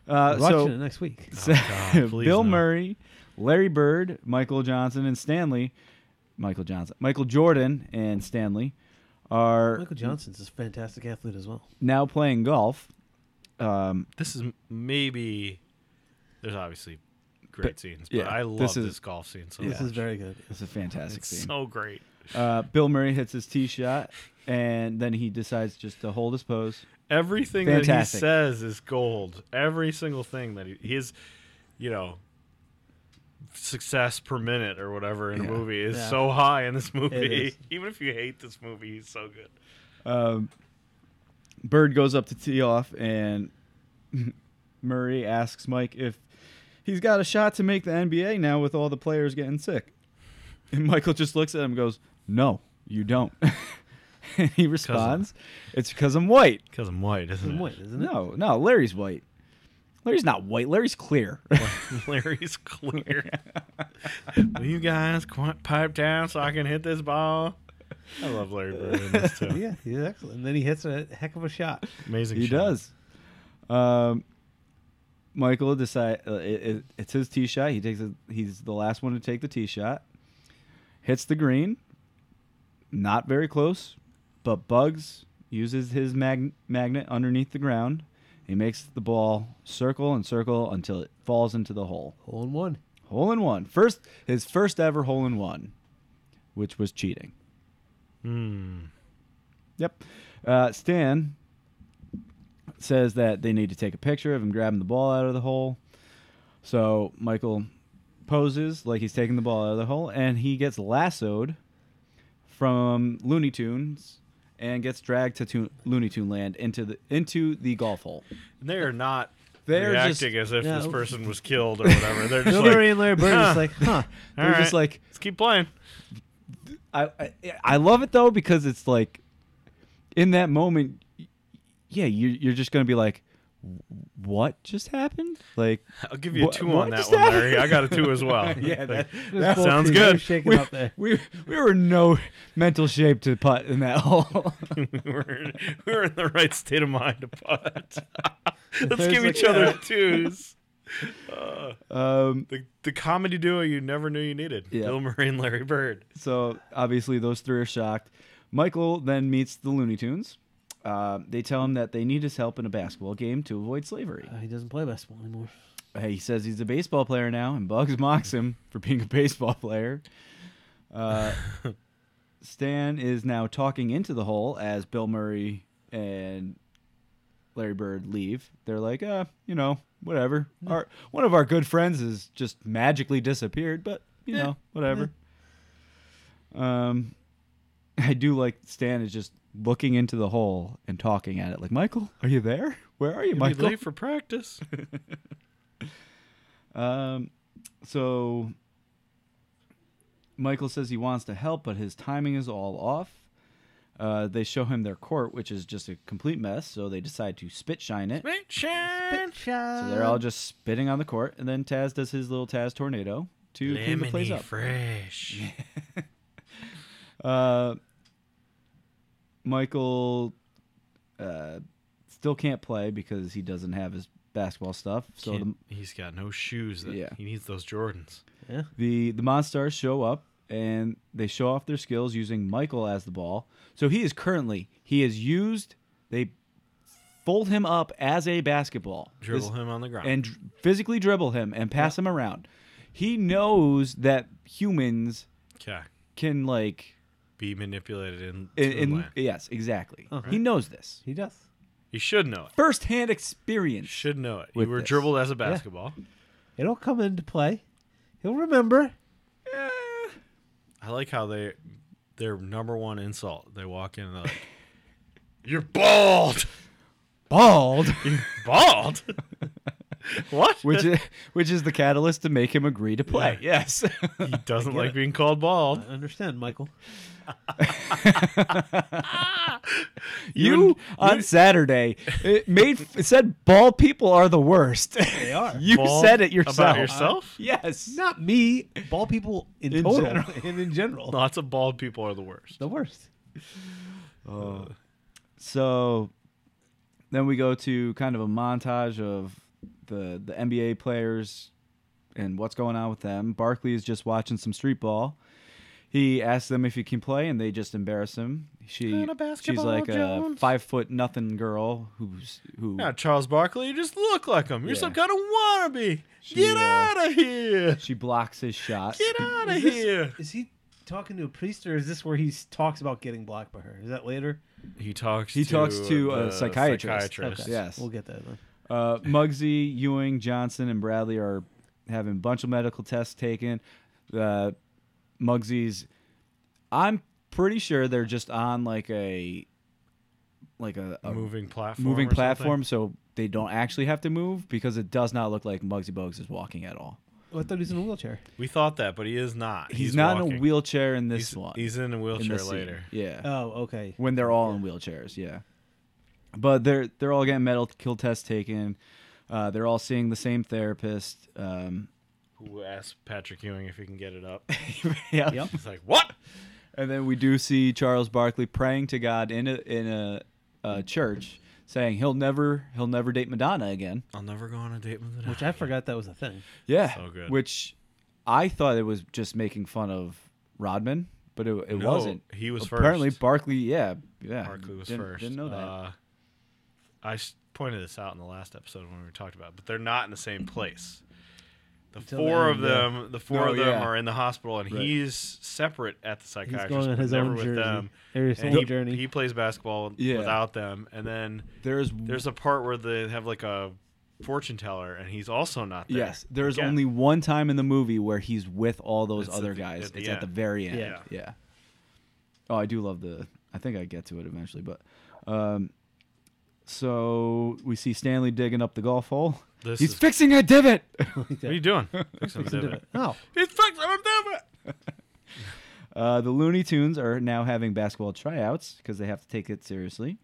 Uh, we're watching so it next week. Oh, God, please Bill no. Murray, Larry Bird, Michael Johnson, and Stanley, Michael Johnson, Michael Jordan, and Stanley are Michael Johnson's a fantastic athlete as well. now playing golf. Um, This is m- maybe. There's obviously great But- scenes, but yeah, I this love is- this golf scene so This much. is very good. it's a fantastic It's scene. so great. Uh, Bill Murray hits his tee shot, and then he decides just to hold his pose. Everything Fantastic. that he says is gold. Every single thing that he, his, you know, success per minute or whatever in a Yeah. movie is Yeah. so high in this movie. is. Even if you hate this movie, he's so good. Um, Bird goes up to tee off, and Murray asks Mike if he's got a shot to make the NBA now with all the players getting sick. And Michael just looks at him and goes, No, you don't. and he responds, It's because I'm white. Because I'm white, isn't Some it? white, isn't it? No, no, Larry's white. Larry's not white. Larry's clear. Larry's clear. Will you guys qu- pipe down so I can hit this ball? I love Larry Bird in this too. Yeah, he's excellent. And then he hits a heck of a shot. Amazing. he shot. does. Um, Michael decide uh, it, it, it's his tee shot. He takes a, he's the last one to take the tee shot. Hits the green. Not very close, but Bugs uses his mag- magnet underneath the ground. He makes the ball circle and circle until it falls into the hole. Hole in one. Hole in one. First his first ever hole in one, which was cheating. Hmm. Yep. Uh, Stan says that they need to take a picture of him grabbing the ball out of the hole. So Michael poses like he's taking the ball out of the hole, and he gets lassoed from Looney Tunes and gets dragged to Toon- Looney Tune Land into the into the golf hole. They are not They're reacting as if yeah, this oops. person was killed or whatever. They're just Bill like, Murray and Larry Bird are just huh. like, huh. They're just "Alright, like let's keep playing. I, I I love it though because it's like in that moment, y- yeah, you you're just gonna be like, what just happened? Like I'll give you a What- two what on that just one, happened? Larry. I got a two as well. Yeah, that- Those that both sounds teams are good. Shaking we, up there. we we were in no mental shape to putt in that hole. we were we were in the right state of mind to putt. Let's There's give like- each other twos. Uh, um, the the comedy duo you never knew you needed. Yeah. Bill Murray and Larry Bird. so obviously those three are shocked. Michael then meets the Looney Tunes. Uh, they tell him that they need his help in a basketball game to avoid slavery. Uh, he doesn't play basketball anymore. Hey, he says he's a baseball player now, and Bugs mocks him for being a baseball player. Uh, Stan is now talking into the hole as Bill Murray and Larry Bird leave. They're like, uh, you know, whatever. Our one of our good friends has just magically disappeared, but you know, whatever. Um, I do like Stan is just looking into the hole and talking at it. Like, Michael, are you there? Where are you, Did we Michael? leave for practice? Um, so Michael says he wants to help, but his timing is all off. Uh, they show him their court, which is just a complete mess. So they decide to spit shine it. Right, Shane? So they're all just spitting on the court, and then Taz does his little Taz tornado to clean the place Lemony up. fresh. Uh, Michael uh, still can't play because he doesn't have his basketball stuff. So the, Can't- he's got no shoes. That Yeah. He needs those Jordans. Yeah. the the monstars show up and they show off their skills using Michael as the ball. So he is currently he is used. They fold him up as a basketball Dribble This- him on the ground. and dr- physically dribble him and pass him around. He knows that humans okay. can like Be manipulated in, to in, the in- land. yes exactly. Uh-huh. He knows this He does. You should know it. firsthand You experience. should know it. You With were this. dribbled as a basketball. It'll come into play. He'll remember. I like how they their number one insult. They walk in and they're like, "You're bald, Bald, bald." what? which is which is the catalyst to make him agree to play. Yes. he doesn't get like it. being called bald. I understand, Michael. You on Saturday it made it said bald people are the worst. They are. you Bald said it yourself. Uh, about yourself. Yes. Not me. Ball people in, In total general. and in general. Lots of bald people are the worst. The worst. So then we go to kind of a montage of the the NBA players and what's going on with them. Barkley is just watching some street ball. He asks them if he can play, and they just embarrass him. She, Not a she's basketball, like a Jones. five foot nothing girl who's who Now, Charles Barkley, you just look like him. You're Yeah. some kind of wannabe. Get uh, out of here. she blocks his shot. Get out of Is this- here. Is he talking to a priest or is this where he s- talks about getting blocked by her? Is that later? He talks. He talks to a the psychiatrist. psychiatrist. Yes. We'll get that then. Uh, Muggsy, Ewing, Johnson, and Bradley are having a bunch of medical tests taken. Uh, Muggsy's, I'm pretty sure they're just on like a like a, a moving platform. moving or something? platform, so they don't actually have to move because it does not look like Muggsy Bogues is walking at all. Well, I thought he was in a wheelchair. We thought that, but he is not. He's, not in walking. a wheelchair in this he's, one. He's in a in wheelchair this scene. later. Yeah. Oh, okay. when they're all in wheelchairs. Yeah, but they're they're all getting metal kill tests taken. Uh, they're all seeing the same therapist. Um, Who asked Patrick Ewing if he can get it up? yeah, Yep. He's like, what? and then we do see Charles Barkley praying to God in a in a, a church, saying he'll never he'll never date Madonna again. I'll never go on a date with Which I forgot that was a thing. Yeah, So good. which I thought it was just making fun of Rodman, but it, it No, wasn't. he was first. apparently Barkley. Yeah, yeah. Barkley was didn't, 1st Didn't know that. Uh, I s- pointed this out in the last episode when we talked about, it, but they're not in the same place. The Until the four end, of them, the four No, of them yeah. are in the hospital, and Right. he's separate at the He's psychiatrist, going on but his never own with journey. them. Or his And own he, journey. he plays basketball Yeah. without them, and then there's there's a part where they have like a fortune teller, and he's also not there. Yes, there's Again. only one time in the movie where he's with all those It's at other the- guys. at the it's at the end. very end. Yeah. Yeah. Oh, I do love the. I think I get to it eventually, but. Um, so we see Stanley digging up the golf hole. This he's is- fixing a divot. What are you doing? Fixing a divot. Oh, He's fixing a divot. Uh, the Looney Tunes are now having basketball tryouts because they have to take it seriously,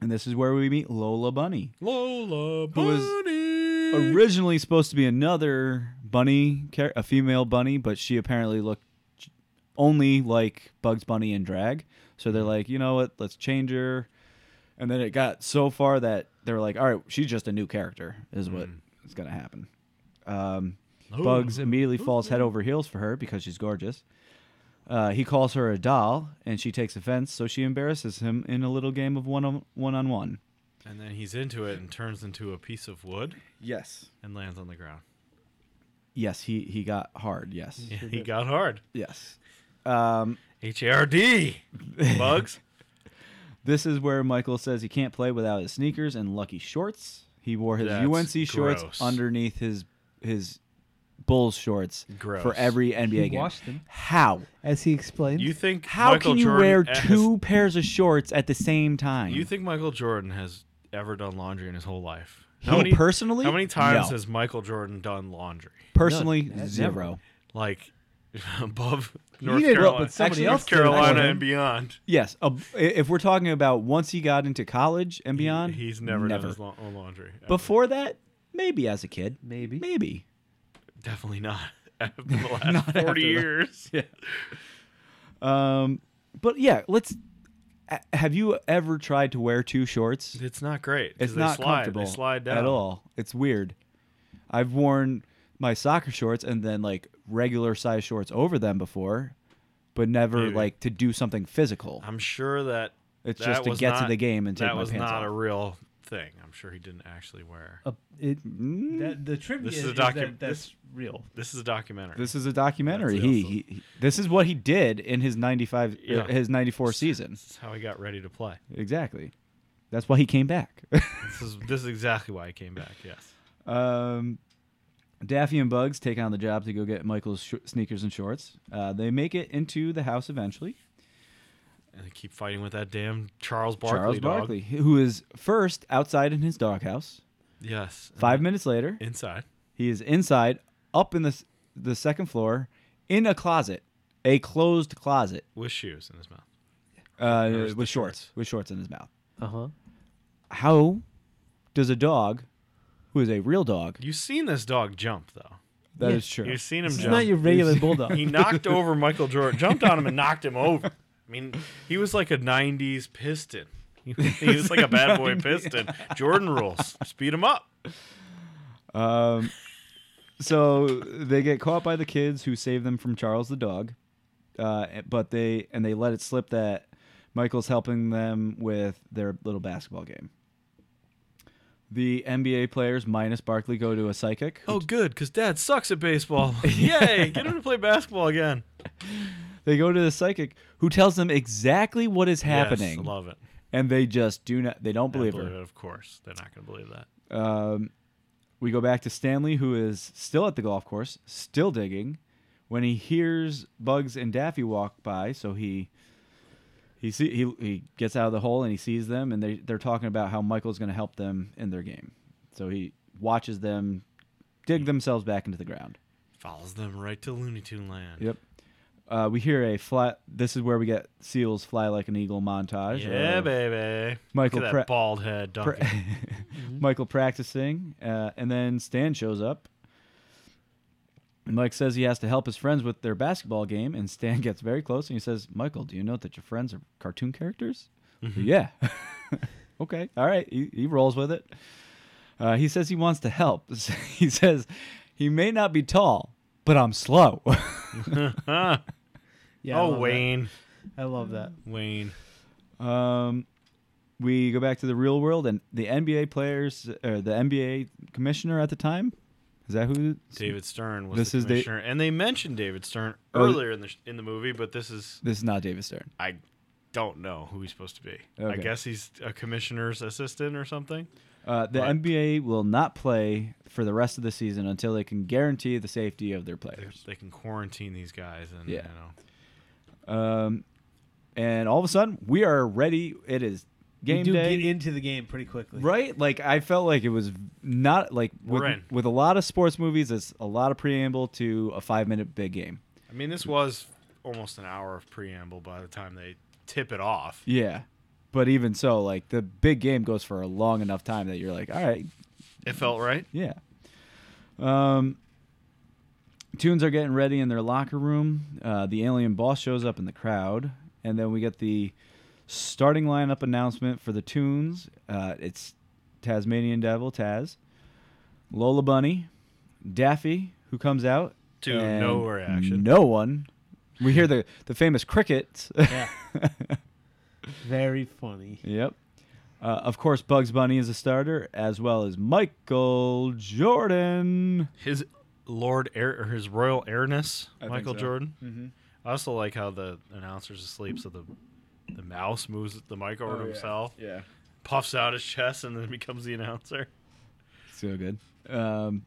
and this is where we meet Lola Bunny. Lola Who was Bunny. originally supposed to be another bunny, char- a female bunny, but she apparently looked j- only like Bugs Bunny in drag. So they're like, you know what? Let's change her. And then it got so far that they were like, all right, she's just a new character, is what is going to happen. Um, Mm. Ooh. Bugs immediately falls head over heels for her because she's gorgeous. Uh, he calls her a doll, and she takes offense, so she embarrasses him in a little game of one on one. On one. and then he's into it and turns into a piece of wood Yes. and lands on the ground. Yes, he, he got hard, yes. he got hard. Yes. Um, H A R D. Bugs. this is where Michael says he can't play without his sneakers and lucky shorts. He wore his That's UNC shorts gross. underneath his his Bulls shorts for Gross. every NBA game. washed them. How? as he explained. You think How Michael can you Jordan wear has- two pairs of shorts at the same time? You think Michael Jordan has ever done laundry in his whole life? He personally? How many times No. has Michael Jordan done laundry? personally None. zero? Like above North did, Carolina, but somebody Actually, else North did. Carolina Actually. and beyond. Yes. a- if we're talking about once he got into college and beyond, He's never, done his la- own laundry. Uh, ever. Before that, maybe as a kid, Maybe. maybe. Definitely not. After the last 40 years. Um, but yeah, let's. a- Have you ever tried to wear two shorts? It's not great. 'cause It's not they slide. comfortable They slide down. at all. It's weird. I've worn my soccer shorts and then like regular size shorts over them before, but never Maybe. like to do something physical. I'm sure that It's that just to was get to not- the game and take that my was pants not off. a real thing. I'm sure he didn't actually wear. Uh, it, Mm, that, the trivia This is a is that docu- that's this- Oh, real. This is a documentary. this is a documentary. That's He, awesome. he, he- this is what he did in his 95 er, Yeah. his 94 season. this is how he got ready to play. Exactly. That's why he came back. This is this is exactly why he came back. Yes. Um, Daffy and Bugs take on the job to go get Michael's sh- sneakers and shorts. Uh, they make it into the house eventually. And they keep fighting with that damn Charles Barkley Charles dog. Barkley, who is first outside in his doghouse. Yes. And Five minutes later, inside. he is inside, up in the s- the second floor, in a closet, a closed closet With shoes in his mouth. uh, There's the Uh-huh. with shorts, shorts. with shorts in his mouth. Uh huh. How does a dog, who is a real dog, You've seen this dog jump though. that is Yeah. true. You've seen him It's jump. not your regular bulldog. he knocked over Michael Jordan, jumped on him and knocked him over. I mean, he was like a 90s piston. He was, he was like a bad boy piston. Jordan rules. Speed him up. Um, so they get caught by the kids who save them from Charles the dog, uh, but they and they let it slip that Michael's helping them with their little basketball game. The NBA players minus Barkley go to a psychic. Oh, good, because Dad sucks at baseball. Yay! Get him to play basketball again. They go to the psychic who tells them exactly what is Yes, happening, love it. and they just do not. They don't They don't believe her. it, of course. They're not going to believe that. Um, we go back to Stanley, who is still at the golf course, still digging, when he hears Bugs and Daffy walk by. So he He see he he gets out of the hole and he sees them and they they're talking about how Michael's going to help them in their game. So he watches them dig themselves back into the ground. Follows them right to Looney Tune Land. Yep. Uh, we hear a fly. This is where we get seals fly like an eagle montage. Yeah, of baby. uh, Michael Look at that Pratt- bald head pra- dunking. Michael practicing, uh, and then Stan shows up. And Mike says he has to help his friends with their basketball game, and Stan gets very close and he says, "Michael, do you know that your friends are cartoon characters?" Yeah. okay. All right. He, he rolls with it. Uh, he says he wants to help. he says he may not be tall, but I'm slow. Yeah. I love oh, that. Wayne. I love that. Wayne. Um, we go back to the real world, and the NBA players, or the NBA commissioner at the time, is that who? David Stern was This the is the- commissioner, and they mentioned David Stern Oh, th- earlier in the sh- in the movie, but this is This is not David Stern. I don't know who he's supposed to be. I Okay. guess he's a commissioner's assistant or something. Uh, the Right. NBA will not play for the rest of the season until they can guarantee the safety of their They, players. they can quarantine these guys, and Yeah. you know, Um, and all of a sudden, we are ready. It is game you do day. get into the game pretty quickly. Right? Like I felt like it was not like We're with, in. with a lot of sports movies, it's a lot of preamble to a five minute big game. I mean, this was almost an hour of preamble by the time they tip it off. Yeah. But even so, like the big game goes for a long enough time that you're like, all right, It felt right. yeah. Um, tunes are getting ready in their locker room. Uh, the alien boss shows up in the crowd, and then we get the starting lineup announcement for the tunes. Uh, it's Tasmanian Devil, Taz, Lola Bunny, Daffy, who comes out To and no reaction. No one. We hear the the famous crickets. Yeah. Very funny. Yep. Uh, of course, Bugs Bunny is a starter, as well as Michael Jordan. His Lord Air, or his Royal Airness, think Michael so. Jordan. Mhm. I also like how the announcer's asleep, so the the mouse moves the mic over to himself, Oh, Yeah. puffs out his chest, and then becomes the announcer. So good. Um,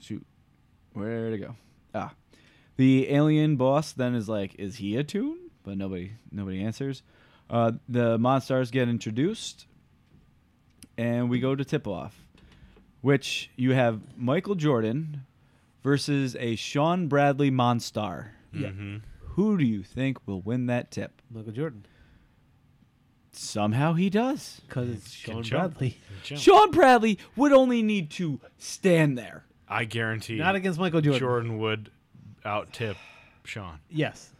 shoot. Where to go? Ah. The alien boss then is like, is he a tune? But nobody nobody answers. Uh, the Monstars get introduced, and we go to tip off, which you have Michael Jordan versus a Sean Bradley Monstar. Yeah. Who do you think will win that tip? Michael Jordan. Somehow he does. Because it's Sean jump. Bradley. Jump. Sean Bradley would only need to stand there. I guarantee Not against Michael Jordan. Jordan would out tip Sean. Yes.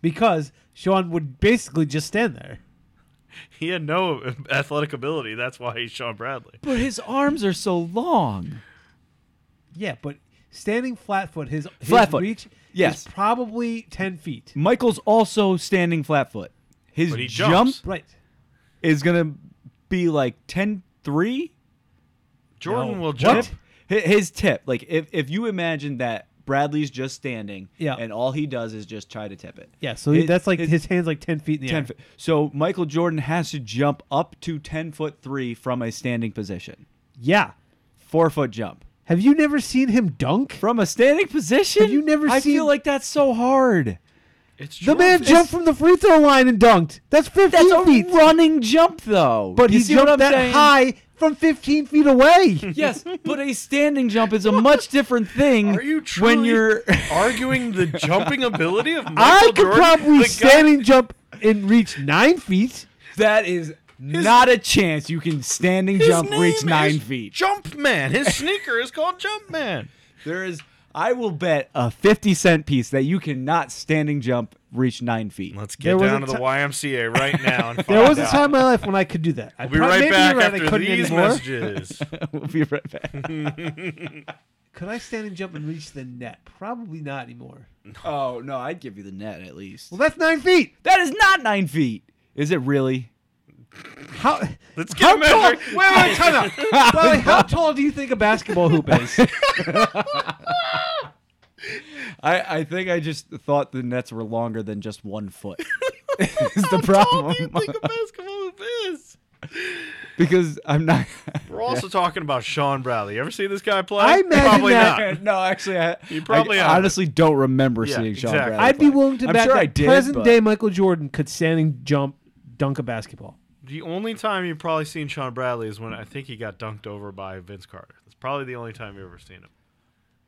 Because Sean would basically just stand there. He had no athletic ability. That's why he's Sean Bradley. But his arms are so long. Yeah, but standing flat foot, his, his Flat foot. reach Yes. is probably 10 feet. Michael's also standing flatfoot. His But he jump jumps. Right. is going to be like 10 3. Jordan No. will What? jump. His tip. Like, if, if you imagine that Bradley's just standing Yeah. and all he does is just try to tip it. Yeah, so It- that's like it- his hand's like 10 feet in the 10 air. foot. So Michael Jordan has to jump up to 10 foot 3 from a standing position. Yeah. 4 foot jump. Have you never seen him dunk? From a standing position? Have you never I seen- feel like that's so hard. It's The Jordan. man jumped from the free throw line and dunked. That's 15 That's a feet. running jump, though. But You he see what jumped I'm that saying? high from 15 feet away. Yes, but a standing jump is a much different thing. Are you truly when you're arguing the jumping ability of Michael I could Jordan? probably The guy- standing jump and reach 9 feet. that is not a chance. You can standing his jump name reach is nine feet. Jump man. His sneaker is called Jump Man. There is. I will bet a fifty cent piece that you cannot standing jump reach nine feet. Let's get There was down a to the ti- YMCA right now and find There was a out. time in my life when I could do that. I We'll be prob- right maybe back you're right, I after couldn't these anymore. messages. we'll be right back. Could I stand and jump and reach the net? Probably not anymore. oh no, I'd give you the net at least. Well, that's nine feet. that is not nine feet. Is it really? How? Let's How get tall? measured. Wait, wait, wait, time out. Well, how tall do you think a basketball hoop is? I, I think I just thought the nets were longer than just one foot. is the problem? How tall do you think a basketball hoop is? because I'm not. We're also talking about Sean Bradley. You ever see this guy play? I imagine Probably that- not. no, actually, I, You probably I haven't. honestly don't remember Yeah, seeing Sean exactly. Bradley. I'd be play. willing to I'm bet sure that I did, present but- day Michael Jordan could standing jump dunk a basketball. The only time you've probably seen Sean Bradley is when I think he got dunked over by Vince Carter. That's probably the only time you've ever seen him.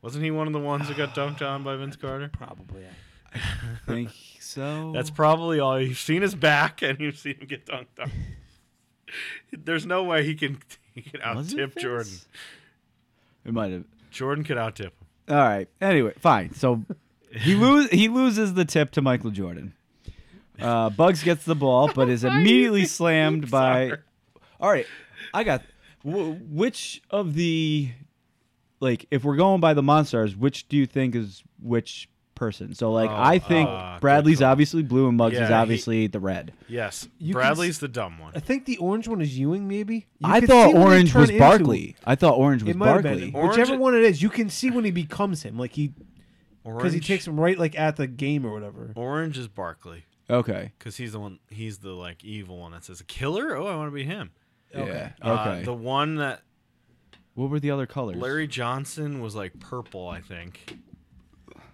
Wasn't he one of the ones that got dunked on by Vince Carter? Probably. think so. That's probably all you've seen his back, and you've seen him get dunked on. There's no way he can he can out Was it tip Vince? Jordan. It might have. Jordan could out tip him. All right. Anyway, fine. So he lose he loses the tip to Michael Jordan. Uh, Bugs gets the ball, but is immediately slammed by. sorry. All right, I got. Wh- which of the, like, if we're going by the Monstars, which do you think is which person? So like, Oh, I think uh, good Bradley's call. obviously blue and Muggs Yeah, is he- obviously the red. Yes, You can Uh, Bradley's the dumb one. I think the orange one is Ewing, maybe. You I could thought see when they orange turn was into- Barkley. I thought orange was It might have Barkley. been Orange- whichever one it is. You can see when he becomes him, like he because Orange, he takes him right like at the game or whatever. Orange is Barkley Okay. because he's the one. He's the like evil one that says a killer. Oh, I want to be him. Yeah. Uh, Okay. the one that what were the other colors? Larry Johnson was like purple, I think,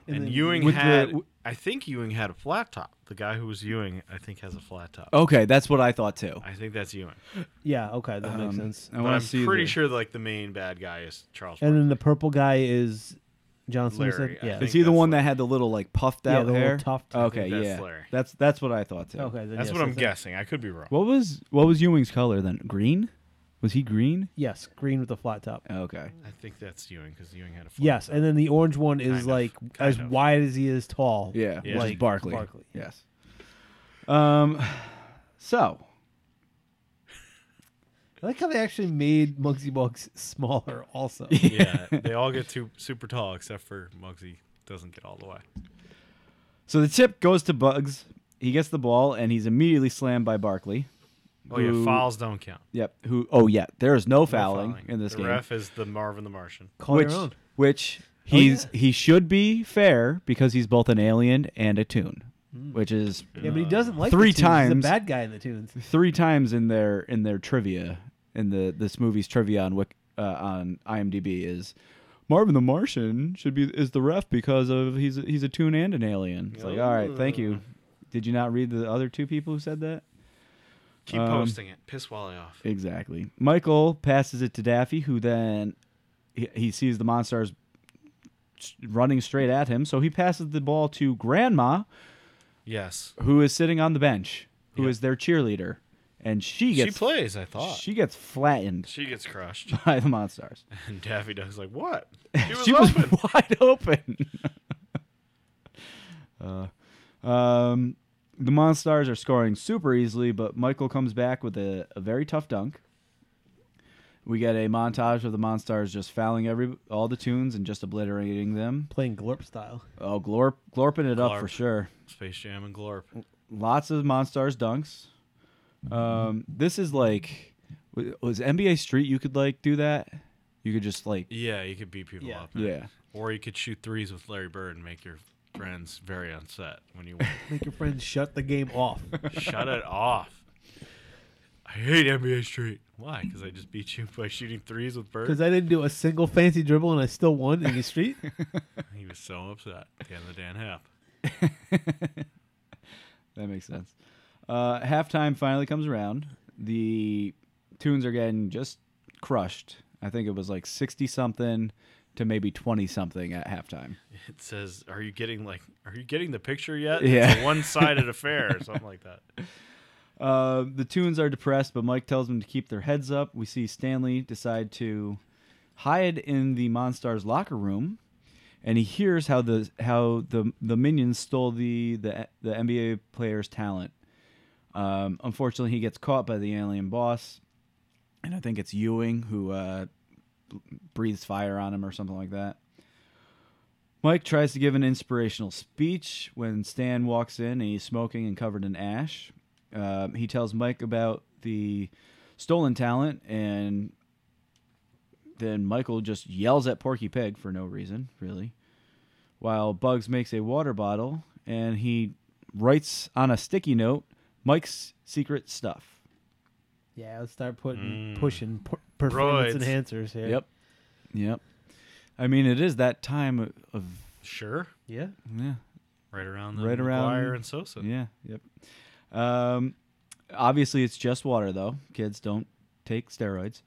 and, then Ewing with the- had. w- I think Ewing had a flat top. The guy who was Ewing, I think, has a flat top. Okay, that's what I thought too. I think that's Ewing. Yeah, okay, that makes Um, sense. I But wanna I'm see pretty the- sure like the main bad guy is Charles. And Barkley. then the purple guy is Johnson. you Larry, said? I Yeah. think. Is he the that's one Larry. that had the little like puffed Yeah, out the little hair? tuft. I Okay, that's yeah, Larry. that's that's what I thought too. Okay, then That's yes, what I'm it. guessing. I could be wrong. What was what was Ewing's color then? Green? Was he green? Yes, green with a flat top. Okay. I think that's Ewing because Ewing had a flat Yes, and then the orange one is Kind of, like kind as of. wide as he is tall. Yeah, Yeah. which Like is Barkley. Barkley. Yes. Um. So I like how they actually made Muggsy Bugs smaller. Also, yeah, they all get too super tall except for Muggsy doesn't get all the way. so the tip goes to Bugs. He gets the ball and he's immediately slammed by Barkley. Oh yeah, Who- fouls don't count. Yep. Who? Oh yeah. There is no No fouling, in this the game. ref is the Marvin the Martian. call which your own. Oh, which he's he should be fair because he's both an alien and a tune, Hmm. which is Yeah, but he doesn't like Three the tunes. He's times. a bad guy in the tunes. three times in their in their trivia in the this movie's trivia on Wik, uh, on IMDb is Marvin the Martian should be is the ref because of he's a, he's a tune and an alien. It's like all right, thank you. Did you not read the other two people who said that? Keep Um, posting it. Piss Wally off. Exactly. Michael passes it to Daffy, who then he, he sees the monsters running straight at him, so he passes the ball to Grandma, Yes, who is sitting on the bench, who is Yeah. their cheerleader, and she she gets plays. I thought she, she gets flattened gets crushed, by the monsters. and Daffy Duck's like, "What? She was she open." was wide open. uh, um, the Monstars are scoring super easily, but Michael comes back with a, a very tough dunk. We get a montage of the Monstars just fouling every all the tunes and just obliterating them. Playing glorp style. Oh, glorp, glorping it up for Glorp. sure. Space Jam and Glorp. Lots of Monstars dunks. Um, this is like w- was NBA Street. You could like do that. You could just like Yeah, you could beat people Yeah. up. man. yeah. Or you could shoot threes with Larry Bird and make your friends very upset when you win. Make your friends shut the game off. Shut it off. I hate NBA Street. Why? Because I just beat you by shooting threes with Bird. Because I didn't do a single fancy dribble and I still won in the street. He was so upset. The other Dan Hap. That makes sense. Uh, halftime finally comes around. The tunes are getting just crushed. I think it was like 60 something to maybe 20 something at halftime. It says, "Are you getting like? Are you getting the picture yet?" Yeah. It's a one-sided affair or something like that. Uh, the tunes are depressed, but Mike tells them to keep their heads up. We see Stanley decide to hide in the Monstars locker room. And he hears how the how the the minions stole the the, the NBA player's talent. Um, unfortunately, he gets caught by the alien boss, and I think it's Ewing who uh, breathes fire on him or something like that. Mike tries to give an inspirational speech when Stan walks in and he's smoking and covered in ash. Um, he tells Mike about the stolen talent, and then Michael just yells at Porky Pig for no reason, really. While Bugs makes a water bottle and he writes on a sticky note Mike's secret stuff. Yeah, let's start putting Mm. pushing p- performance Roids. enhancers here. Yep. Yep. I mean, it is that time of, of Sure. Yeah. yeah, Right around the Right around- McGuire and Sosa. yeah, yep. Um, obviously, it's just water though. Kids don't take steroids.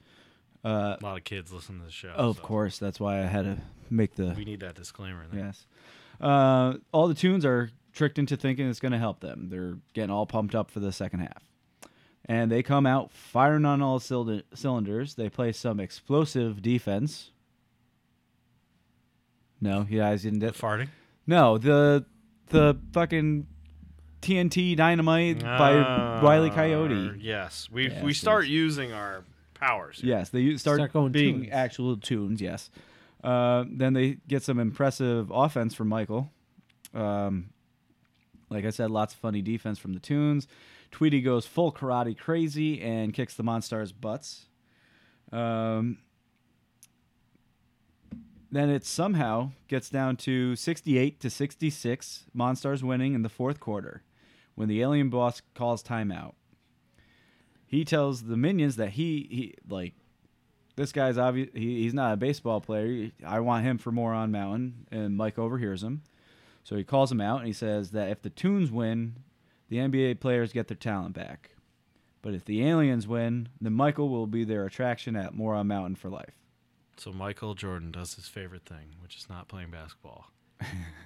Uh, A lot of kids listen to the show. of so course, that's why I had to make the We need that disclaimer. In there. Yes. Uh, all the tunes are tricked into thinking it's going to help them. They're getting all pumped up for the second half. And they come out firing on all cylinder- cylinders. They play some explosive defense. No, you guys didn't. The Def- farting. no, the the fucking TNT dynamite by Wiley Uh, Coyote. Yes, we Yeah, we so start it's- using our powers. here. Yes, they u- start, Start going being tunes. actual tunes. Yes. Uh, then they get some impressive offense from Michael. Um, like I said, lots of funny defense from the tunes. Tweety goes full karate crazy and kicks the Monstars' butts. Um, then it somehow gets down to 68 to 66, Monstars winning in the fourth quarter when the alien boss calls timeout. He tells the minions that he, he like, this guy's obvious. He, he's not a baseball player. I want him for Moron Mountain. And Mike overhears him. So he calls him out and he says that if the Toons win, the NBA players get their talent back. But if the aliens win, then Michael will be their attraction at Moron Mountain for life. So Michael Jordan does his favorite thing, which is not playing basketball.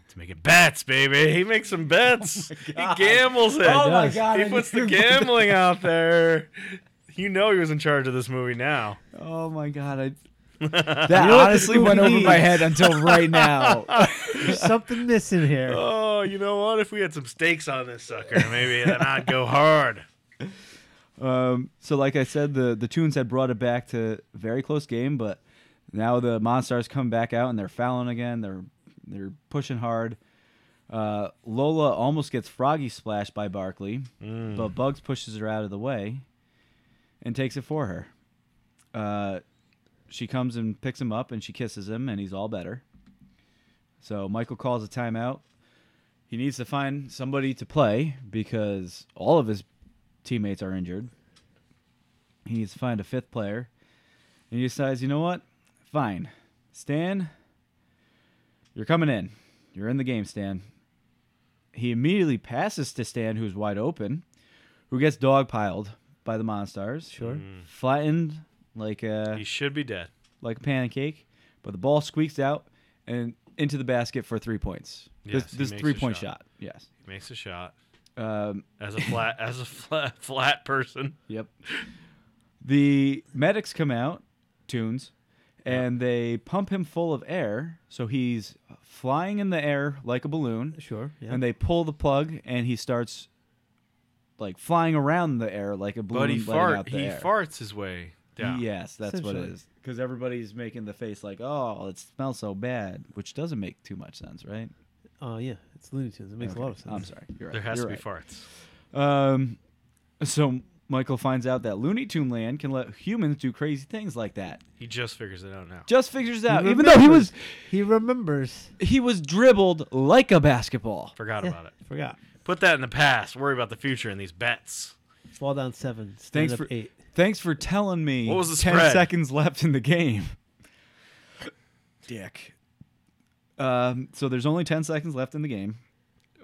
it's making bets, baby. He makes some Oh bets. he gambles it. Oh my does. God, He I puts the didn't hear about gambling out there. You know he was in charge of this movie now. Oh my god! I, You that know what this honestly movie went over my needs? head until right now. There's something missing here. Uh, Oh, you know what? If we had some stakes on this sucker, maybe then I'd go hard. Um, so, like I said, the the Toons had brought it back to very close game, but now the Monstars come back out and they're fouling again. They're they're pushing hard. Uh, Lola almost gets froggy splashed by Barkley, but Bugs pushes her out of the way and takes it for her. Uh, she comes and picks him up and she kisses him and he's all better. So Michael calls a timeout. He needs to find somebody to play because all of his teammates are injured. He needs to find a fifth player. And he decides, you know what? Fine. Stan, you're coming in. You're in the game, Stan. He immediately passes to Stan, who's wide open, who gets dogpiled by the Monstars. Sure. Flattened like a He should be dead. like a pancake, but the ball squeaks out and into the basket for three points. Yes, he this this makes a three point shot. shot. Yes. He makes a shot Um, as a flat as a flat flat person. Yep. The medics come out, tunes, and they pump him full of air, so he's flying in the air like a balloon. Sure. Yeah. And they pull the plug, and he starts like flying around the air like a balloon. But he letting out fart. the He air. farts his way down. Yes, that's what it Essentially. is. Because everybody's making the face like, "Oh, it smells so bad," which doesn't make too much sense, right? Oh yeah, it's Looney Tunes. It makes a lot of Okay, sense. I'm sorry. You're right. There has You're to be right. farts. Um, so Michael finds out that Looney Tune Land can let humans do crazy things like that. He just figures it out now. Just figures it He out, even though he was remembers. He remembers. he was dribbled like a basketball. Forgot Yeah, about it. Forgot. Put that in the past. Worry about the future and these bets. Fall down seven. Stand Thanks up for eight. thanks for telling me. What was the ten spread? seconds left in the game, Dick. Um, so there's only ten seconds left in the game.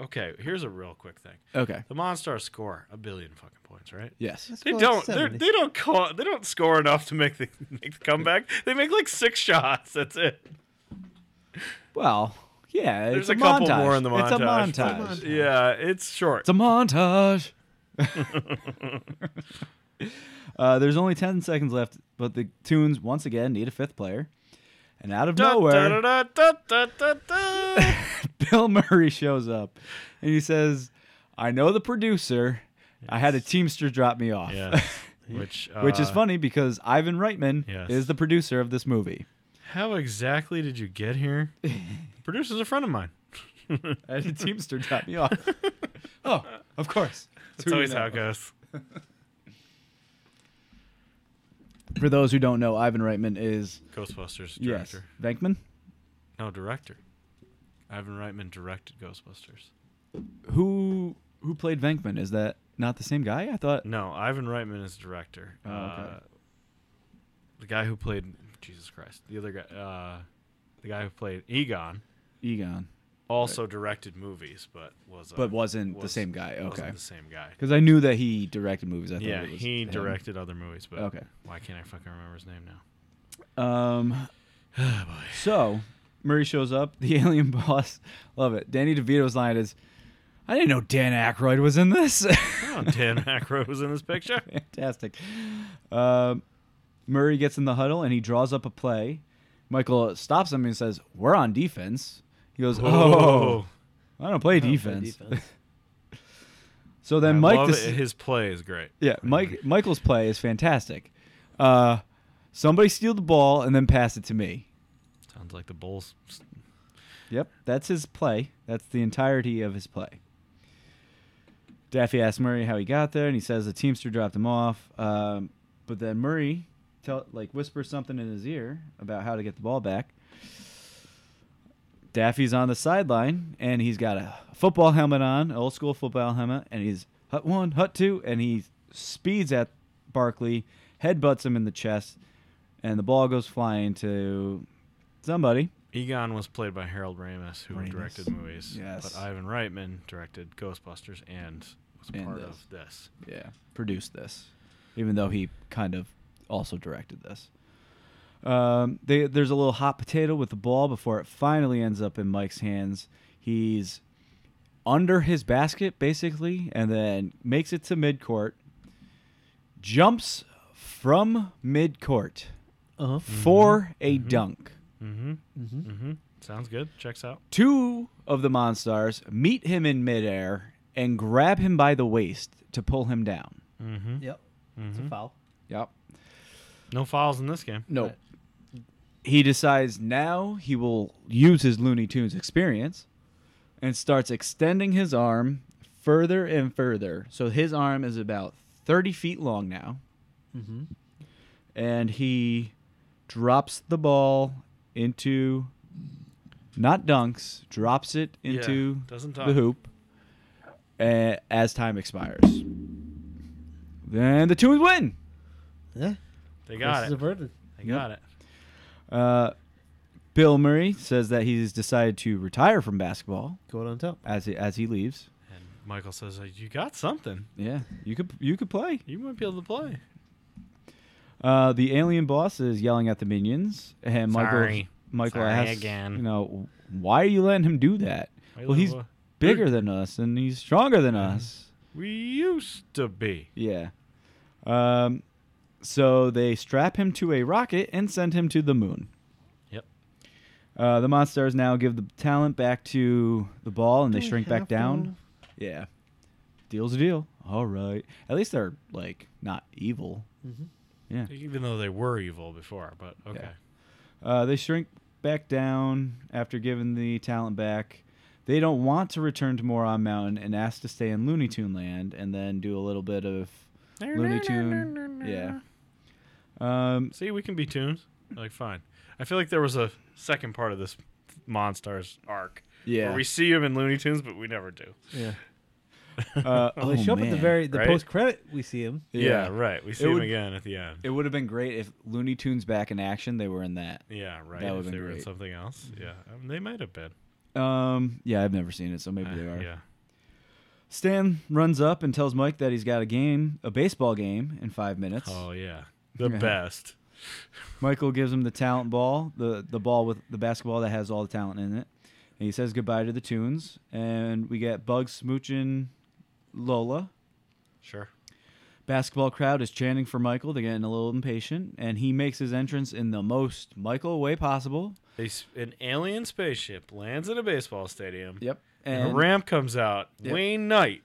Okay, here's a real quick thing. Okay. The Monstars score a billion fucking points, right? Yes. Let's They go don't. with They're, seven. they don't. Call, they don't score enough to make the make the comeback. They make like six shots. That's it. Well, yeah. There's it's a, couple montage. more in the montage. It's a but- montage. Yeah, it's short. It's a montage. uh, there's only 10 seconds left, but the Toons once again need a fifth player. And out of Da- nowhere, da- da- da- da- da- da. Bill Murray shows up and he says, I know the producer. I had a Teamster drop me off. Yeah, which Which is uh, funny because Ivan Reitman Yes. is the producer of this movie. How exactly did you get here? Producer's a friend of mine. I had a Teamster drop me off. oh, of course. That's always how it goes. For those who don't know, Ivan Reitman is Ghostbusters yes, director. Venkman. No director. Ivan Reitman directed Ghostbusters. Who who played Venkman? Is that not the same guy? I thought. No, Ivan Reitman is director. Oh, okay. Uh, the guy who played Jesus Christ, the other guy, uh, the guy who played Egon, Egon. also directed movies, but was uh, But wasn't the was- same guy, wasn't okay. the same guy. Because I knew that he directed movies. I thought Yeah, it was he him. directed other movies, but Okay. why can't I fucking remember his name now? Um, so Murray shows up. The alien boss, love it. Danny DeVito's line is, "I didn't know Dan Aykroyd was in this." Oh, Dan Aykroyd was in this picture. Fantastic. Um, Murray gets in the huddle and he draws up a play. Michael stops him and says, "We're on defense." He goes, "Oh, Oh, I don't play defense." So then Mike, dis- his play is great. yeah, Mike, Michael's play is fantastic. Uh, somebody steal the ball and then pass it to me. Sounds like the Bulls. Yep, that's his play. That's the entirety of his play. Daffy asks Murray how he got there, and he says the Teamster dropped him off. Um, but then Murray tell like whispers something in his ear about how to get the ball back. Daffy's on the sideline, and he's got a football helmet on, an old school football helmet, and he's hut one, hut two, and he speeds at Barkley, headbutts him in the chest, and the ball goes flying to somebody. Egon was played by Harold Ramis, who Ramis. directed movies. Yes. But Ivan Reitman directed Ghostbusters and was a And part this. of this. yeah, produced this, even though he kind of also directed this. Um, they, there's a little hot potato with the ball before it finally ends up in Mike's hands. He's under his basket basically, and then makes it to midcourt. Jumps from midcourt Uh huh. Mm-hmm. for a dunk. Mm-hmm. Mm-hmm. Sounds good. Checks out. Two of the Monstars meet him in midair and grab him by the waist to pull him down. Mm-hmm. Yep. It's a foul. Yep. No fouls in this game. No. He decides now he will use his Looney Tunes experience and starts extending his arm further and further. So his arm is about 30 feet long now. Mm-hmm. And he drops the ball into, not dunks, drops it Yeah, into doesn't the dunk. hoop uh, as time expires. Then the Tunes win. Yeah. They got this is it. averted. They got it. Uh, Bill Murray says that he's decided to retire from basketball Going on top. as he, as he leaves. And Michael says, "Uh, "You got something. Yeah, you could you could play. You might be able to play." Uh, the alien boss is yelling at the minions, and Michael Sorry. Michael Sorry asks, again. you know, why are you letting him do that? Why you well, let he's him- Mm-hmm. bigger than us, and he's stronger than us. We used to be. Yeah. Um, so they strap him to a rocket and send him to the moon. Yep. Uh, the monsters now give the talent back to the ball, and they Do we shrink back have down. Yeah. Deal's a deal. All right. At least they're like not evil. Mm-hmm. Yeah. Even though they were evil before, but okay. Uh, they shrink back down after giving the talent back. They don't want to return to Moron Mountain and ask to stay in Looney Tune Land and then do a little bit of Looney Tune. Yeah. Um, See, we can be tunes. Like, fine. I feel like there was a second part of this Monstars arc. yeah. Where we see him in Looney Tunes, but we never do. Yeah. Uh, Well, they oh, show up at the man. very the right? post credit. We see him. Yeah. right. We see It him would- again at the end. It would have been great if Looney Tunes back in action. They were in that. yeah, right. that would've if they were been in great. Mm-hmm. something else. Yeah. I mean, they might have been. Um, yeah, I've never seen it, so maybe Uh, they are. yeah. Stan runs up and tells Mike that he's got a game, a baseball game, in five minutes. Oh, yeah. The Yeah. best. Michael gives him the talent ball, the the ball with the basketball that has all the talent in it. And he says goodbye to the tunes, and we get Bugs smooching Lola. Sure. Basketball crowd is chanting for Michael. They're getting a little impatient, and he makes his entrance in the most Michael way possible. They, s- an alien spaceship lands at a baseball stadium. Yep. And a And ramp comes out. Yep. Wayne Knight,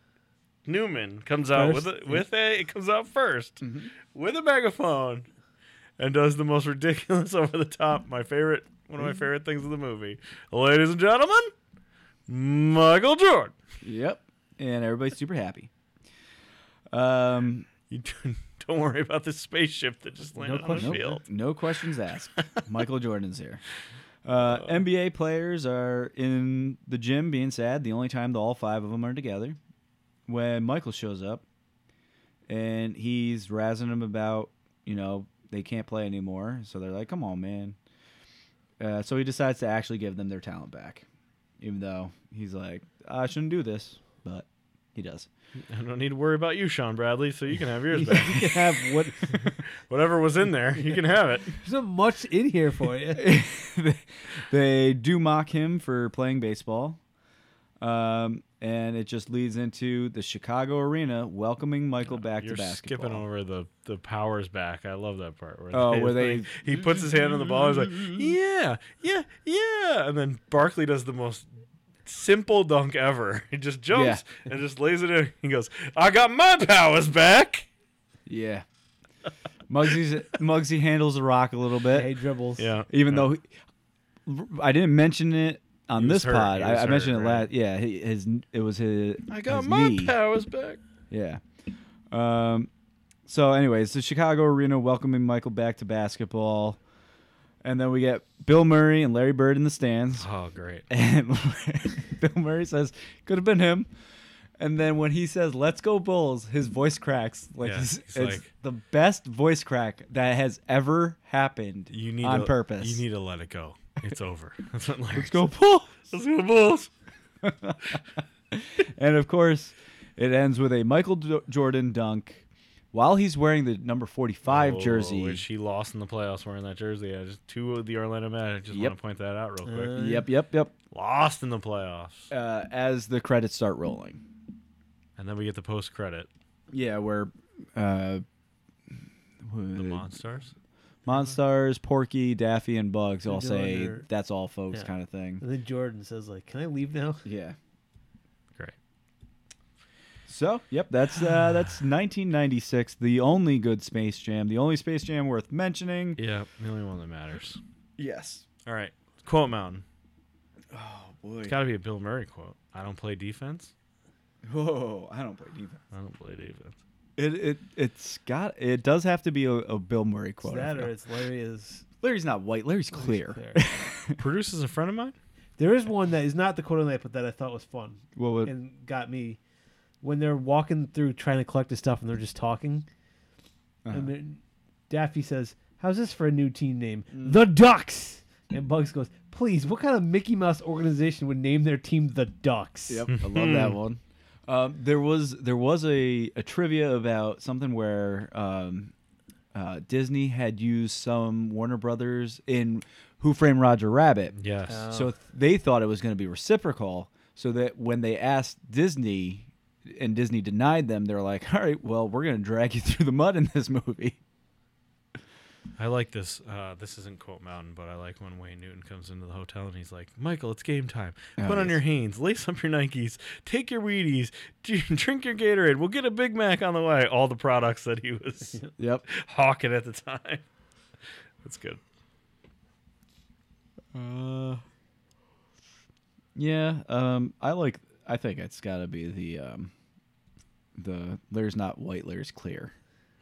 Newman comes out with a, with a it comes out 1st Mm-hmm. with a megaphone, and does the most ridiculous over the top. My favorite, one of Mm-hmm. my favorite things of the movie, ladies and gentlemen, Michael Jordan. yep. And everybody's super happy. Um, You don't- don't worry about the spaceship that just landed on the Nope. field. No questions asked. Michael Jordan's here. Uh, NBA players are in the gym being sad. The only time the all five of them are together. When Michael shows up, and he's razzing him about, you know, they can't play anymore. So they're like, come on, man. Uh, so he decides to actually give them their talent back, even though he's like, I shouldn't do this, but he does. I don't need to worry about you, Sean Bradley. So you can have yours You back. can have what? Whatever was in there, you can have it. There's not much in here for you. they do mock him for playing baseball. Um, and it just leads into the Chicago Arena welcoming Michael back Uh, You're to basketball. skipping over the the powers back. I love that part. Where Oh, where they- he puts his hand on the ball. And he's like, yeah, yeah, yeah, and then Barkley does the most simple dunk ever. He just jumps and just lays it in. He goes, "I got my powers back." Yeah. Muggsy's, Muggsy handles the rock a little bit. hey, dribbles. Yeah, even yeah. though he- I didn't mention it on uh, He was this hurt. pod. He I, was I mentioned hurt, it right. last. Yeah, he- his it was his. I got his my knee. powers back. Yeah. Um. So, anyways, the Chicago Arena welcoming Michael back to basketball, and then we get Bill Murray and Larry Bird in the stands, Oh, great. and Bill Murray says, "Could have been him." And then when he says "Let's go Bulls," his voice cracks. Like Yeah, it's, he's it's like- the best voice crack that has ever happened. You need on to- purpose. You need to let it go. It's over. That's what Larry Let's go said. Bulls. Let's go Bulls. and of course, it ends with a Michael D- Jordan dunk while he's wearing the number 45 Oh, jersey. Which he lost in the playoffs wearing that jersey. I just two of the Orlando Magic. Just Yep. want to point that out real quick. Uh, Yep, yep, yep. lost in the playoffs. Uh, as the credits start rolling. And then we get the post credit. Yeah, where uh, The Monsters. Monstars, Porky, Daffy, and Bugs all Do say, under- that's all, folks, Yeah. kind of thing. And then Jordan says, like, can I leave now? Yeah. Great. So, yep, that's uh, that's 1996, the only good Space Jam, the only Space Jam worth mentioning. Yeah, the only one that matters. Yes. All right. Quote mountain. Oh boy. It's got to be a Bill Murray quote. I don't play defense. Whoa, I don't play defense. I don't play defense. It it it's got it does have to be a, a Bill Murray It's quote. I that feel. or it's Larry is Larry's not white. Larry's Larry's clear. Producer's a friend of mine. There is one that is not the quote on that, but that I thought was fun What would and got me when they're walking through trying to collect the stuff and they're just talking. Uh-huh. And then Daffy says, "How's this for a new team name? Mm. The Ducks." And Bugs goes, "Please, what kind of Mickey Mouse organization would name their team the Ducks?" Yep, I love that one. Um, there was there was a, a trivia about something where um, uh, Disney had used some Warner Brothers in Who Framed Roger Rabbit. Yes. Uh, So th- they thought it was going to be reciprocal, so that when they asked Disney and Disney denied them, they're like, "All right, well, we're going to drag you through the mud in this movie." I like this. Uh, this isn't Quote Mountain, but I like when Wayne Newton comes into the hotel and he's like, Michael, it's game time. Oh, Put on yes. your Hanes, lace up your Nikes, take your Wheaties, drink your Gatorade. We'll get a Big Mac on the way. All the products that he was Yep. hawking at the time. That's good. Uh, yeah. Um, I like. I think it's got to be the um, the Larry's not white, Larry's clear.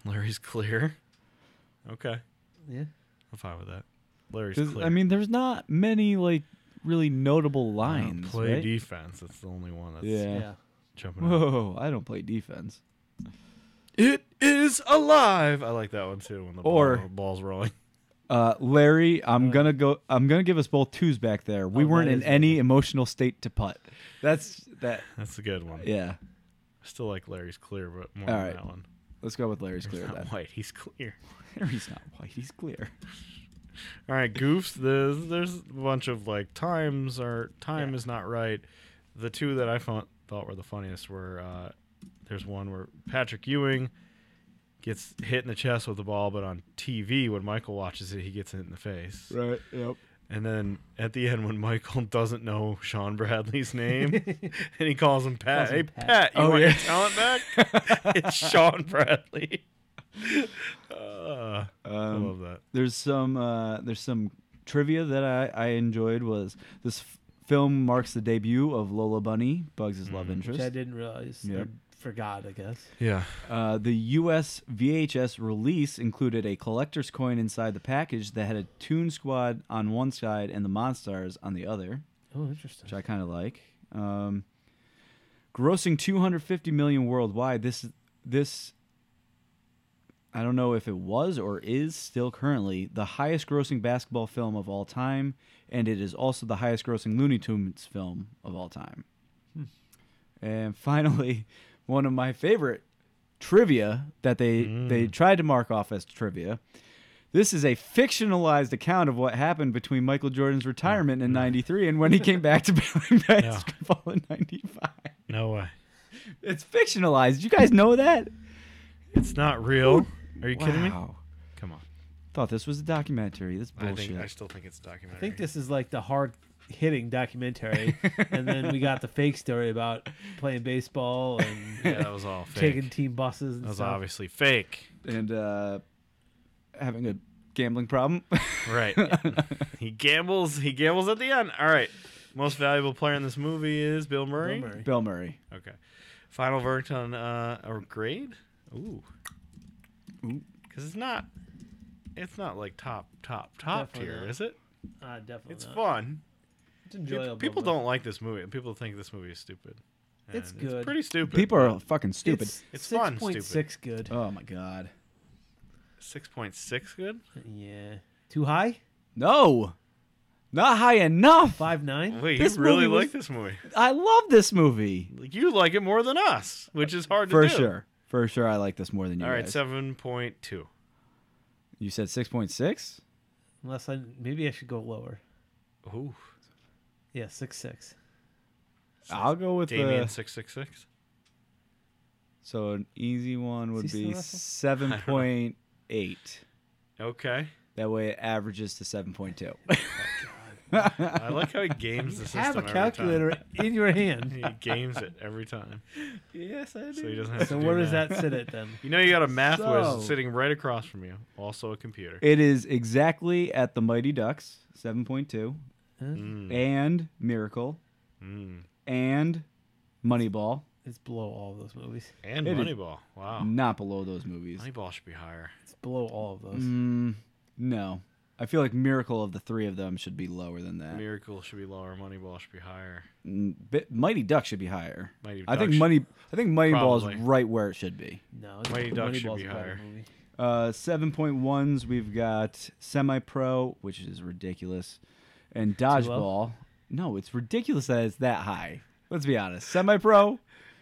Larry's clear. Okay. Yeah. I'm fine with that. Larry's 'Cause, clear. I mean, there's not many like really notable I don't lines. play right? defense. That's the only one that's Yeah. Yeah. jumping out. Whoa! I don't play defense. It is alive. I like that one too when the Or- ball, ball's rolling. Uh, Larry, I'm Uh, gonna go. I'm gonna give us both twos back there. We Oh, that weren't in is any emotional state to putt. That's that. That's a good one. Yeah. I still like Larry's clear, but more All than right. that one. Let's go with Larry's clear. He's not Then. white. He's clear. Larry's not white. He's clear. All right, goofs. There's there's a bunch of like times are time is not right. The two that I fo- thought were the funniest were uh, there's one where Patrick Ewing gets hit in the chest with the ball, but on TV when Michael watches it, he gets hit in the face. Right. Yep. And then at the end, when Michael doesn't know Sean Bradley's name, and he calls him Pat. Calls hey, him Pat, Pat. you Oh, want yeah. your talent back? it's Sean Bradley. Uh, I Um, love that. there's some uh, there's some trivia that I, I enjoyed was this f- film marks the debut of Lola Bunny, Bugs' love Which I interest. didn't realize. Yeah. I forgot, I guess. Yeah. Uh, the U.S. VHS release included a collector's coin inside the package that had a Toon Squad on one side and the Monstars on the other, Oh, interesting. which I kind of like. Um, grossing 250 million worldwide, this this I don't know if it was or is still currently the highest grossing basketball film of all time, and it is also the highest grossing Looney Tunes film of all time. And finally, one of my favorite trivia that they, Mm. they tried to mark off as trivia. This is a fictionalized account of what happened between Michael Jordan's retirement Mm. in 93 and when he came back to playing basketball in 95. No way. It's fictionalized. You guys know that? It's not real. Are you kidding me? Wow. Come on. Thought this was a documentary. That's I bullshit. think I still think it's a documentary. I think this is like the hard hitting documentary, and then we got the fake story about playing baseball and yeah, that was all taking fake. team buses and That was stuff. obviously fake. and uh, having a gambling problem. Right. he gambles. He gambles at the end. All right. Most valuable player in this movie is Bill Murray. Bill Murray. Bill Murray. Okay. Final verdict on uh, a grade. Ooh. Ooh. Because it's not. It's not like top, top, top Definitely tier, not. is it? Uh, definitely. It's not. fun. It's enjoyable. People but don't like this movie. and People think this movie is stupid. It's And good. It's pretty stupid. People are fucking stupid. It's, It's fun, stupid. 6.6 good. Oh my god. six point six. Good. Yeah. Too high? No, not high enough. Five nine? Wait, This you really movie was- like this movie? I love this movie Like, You like it more than us, which is hard for to do. sure. For sure, I like this more than you All right, guys. seven point two. you said six point six. Unless I maybe I should go lower. Ooh, Yeah, six six. I'll go with Damien the six six six. so an easy one would Is he be one? seven I don't know. point eight. Okay, That way, it averages to seven point two. I like how he games You the system. have a every time. calculator in your hand. He games it every time, yes, I do. so he doesn't have so to. do where does math. that sit at then? You know, you got a math So- whiz sitting right across from you, also a computer. It is exactly at the Mighty Ducks, 7.2, Mm, and Miracle, mm. and Moneyball. It's below all of those movies. And It is- Moneyball. Wow, Not below those movies. Oh. Moneyball should be higher. It's below all of those. Mm, no. I feel like Miracle of the three of them should be lower than that. Miracle should be lower. Moneyball should be higher. Mm, but Mighty Duck should be higher. Mighty I think Duck Money. I think Moneyball Probably. is right where it should be. No, it's Mighty Duck should Moneyball's be a better higher. movie. Uh, 7.1s, we've got Semi Pro, which is ridiculous, and Dodgeball. No, it's ridiculous that it's that high. Let's be honest. Semi Pro,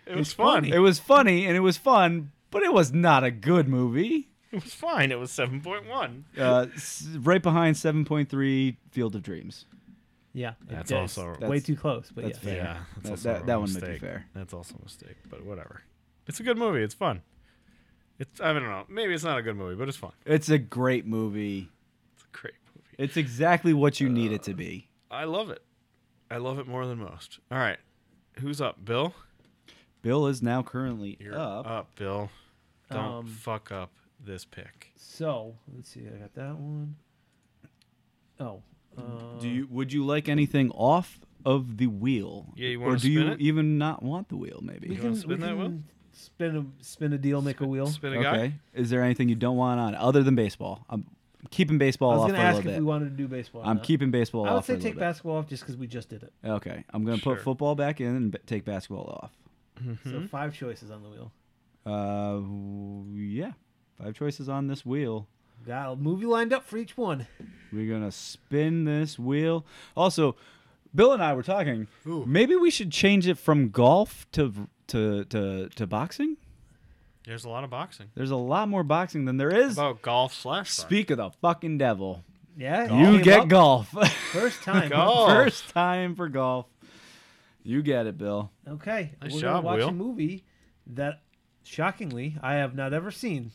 It was fun. It was funny and it was fun, but it was not a good movie. It was fine. It was seven point one. Uh, s- right behind 7.3 Field of Dreams. Yeah, it- That's it's also- way That's- too close. But that's yeah, fair. Yeah, That- also that- a that one might be fair. That's also a mistake, but whatever. It's a good movie. It's fun. It's I don't know. Maybe it's not a good movie, but it's fun. It's a great movie. It's a great movie. It's exactly what you need it to be. I love it. I love it more than most. All right, who's up? Bill. Bill is now currently You're up. Bill. Don't Um, fuck up this pick. so let's see. I got that one. Oh, uh, Do you would you like anything off of the wheel? Yeah, you Or wanna do you spin it? even not want the wheel We maybe? You can, wanna we spin that wheel? can Spin a spin a deal, make a wheel. Spin a guy. Okay. Is there anything you don't want on other than baseball? I'm keeping baseball I was off gonna for a ask little if bit. we wanted to do baseball. or I'm not. keeping baseball I would off for say a little take bit. basketball off just because we just did it. Okay, I'm gonna Sure. put football back in and b- take basketball off. So five choices on the wheel. Uh, w- yeah, five choices on this wheel. Got a movie lined up for each one. We're gonna spin this wheel. Also, Bill and I were talking. Maybe we should change it from golf to v- to to to boxing. There's a lot of boxing. There's a lot more boxing than there is. About golf slash Speak of the fucking devil. Yeah, You came get up golf. first time. Golf. First time for golf. You get it, Bill. Okay, Nice we're job, gonna watch Will. a movie that, shockingly, I have not ever seen.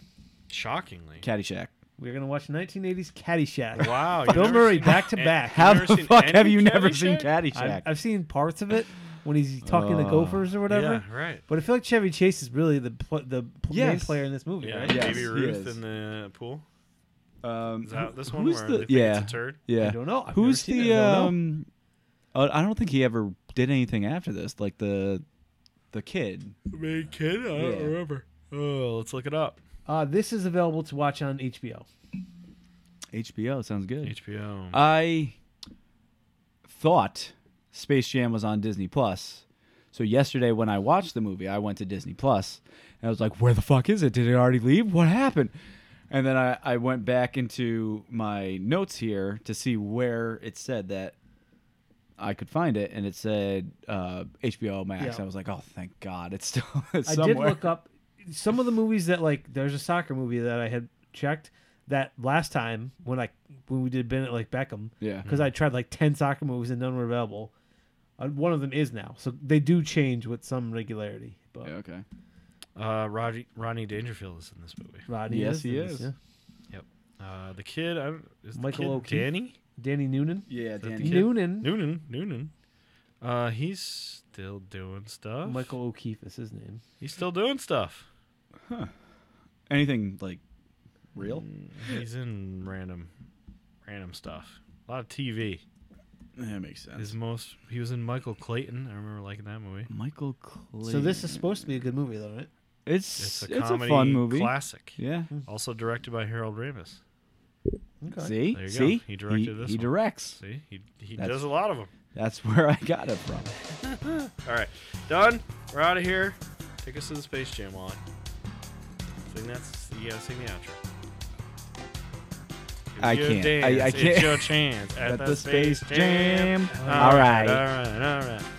Shockingly. Caddyshack. We're gonna watch 1980s Caddyshack. Wow. you've Bill never Murray seen- back to and- back. you've How never the seen fuck any have you never seen Caddyshack? Caddyshack? I've, I've seen parts of it when he's talking to Oh. gophers or whatever. Yeah, right. But I feel like Chevy Chase is really the pl- the pl- main Yes. player in this movie, Yeah, right? Yes, Baby he Ruth is. in the pool. Um, Is that this who- one who's where the- they think yeah, it's a turd? yeah. I don't know. I've who's never seen the? it. I don't know. um, uh, I don't think he ever did anything after this. Like the, the kid. Main kid? I Yeah. remember. Oh, let's look it up. Uh, this is available to watch on HBO. HBO sounds good. HBO. I thought Space Jam was on Disney Plus. So yesterday when I watched the movie, I went to Disney Plus and I was like, "Where the fuck is it? Did it already leave? What happened?" And then I, I went back into my notes here to see where it said that I could find it, and it said uh, HBO Max. Yeah. I was like, oh, thank God, it's still it's I somewhere. did look up some of the movies that like there's a soccer movie that I had checked that last time when I when we did Bennett like Beckham Yeah. because I tried like ten soccer movies and none were available. Uh, one of them is now, so they do change with some regularity. But Yeah, okay. Uh, Roddy, Ronnie Dangerfield is in this movie. Rodney Yes, in he this, is. yeah. Uh, the kid, I don't, is the Michael kid O'Keefe? Danny Danny Noonan. Yeah, that the Danny. kid? Noonan. Noonan. Noonan. Uh, he's still doing stuff. Michael O'Keefe is his name. he's still doing stuff. Anything like real? Mm. He's in random, random stuff. A lot of TV. That makes sense. His most, he was in Michael Clayton. I remember liking that movie. Michael Clayton. So this is supposed to be a good movie, though, right? It's it's it's a a, comedy fun movie. classic. Yeah. Also directed by Harold Ramis. See, There you go. see, He directed he, this He one. directs. See, he he That's- does a lot of them. That's where I got it from. All right, done. We're out of here. Take us to the Space Jam line. Sing that's you gotta sing the outro. It's I your can't. I- I dance, It's can't. your chance at, At the Space Jam. All All right. right. All right. All right.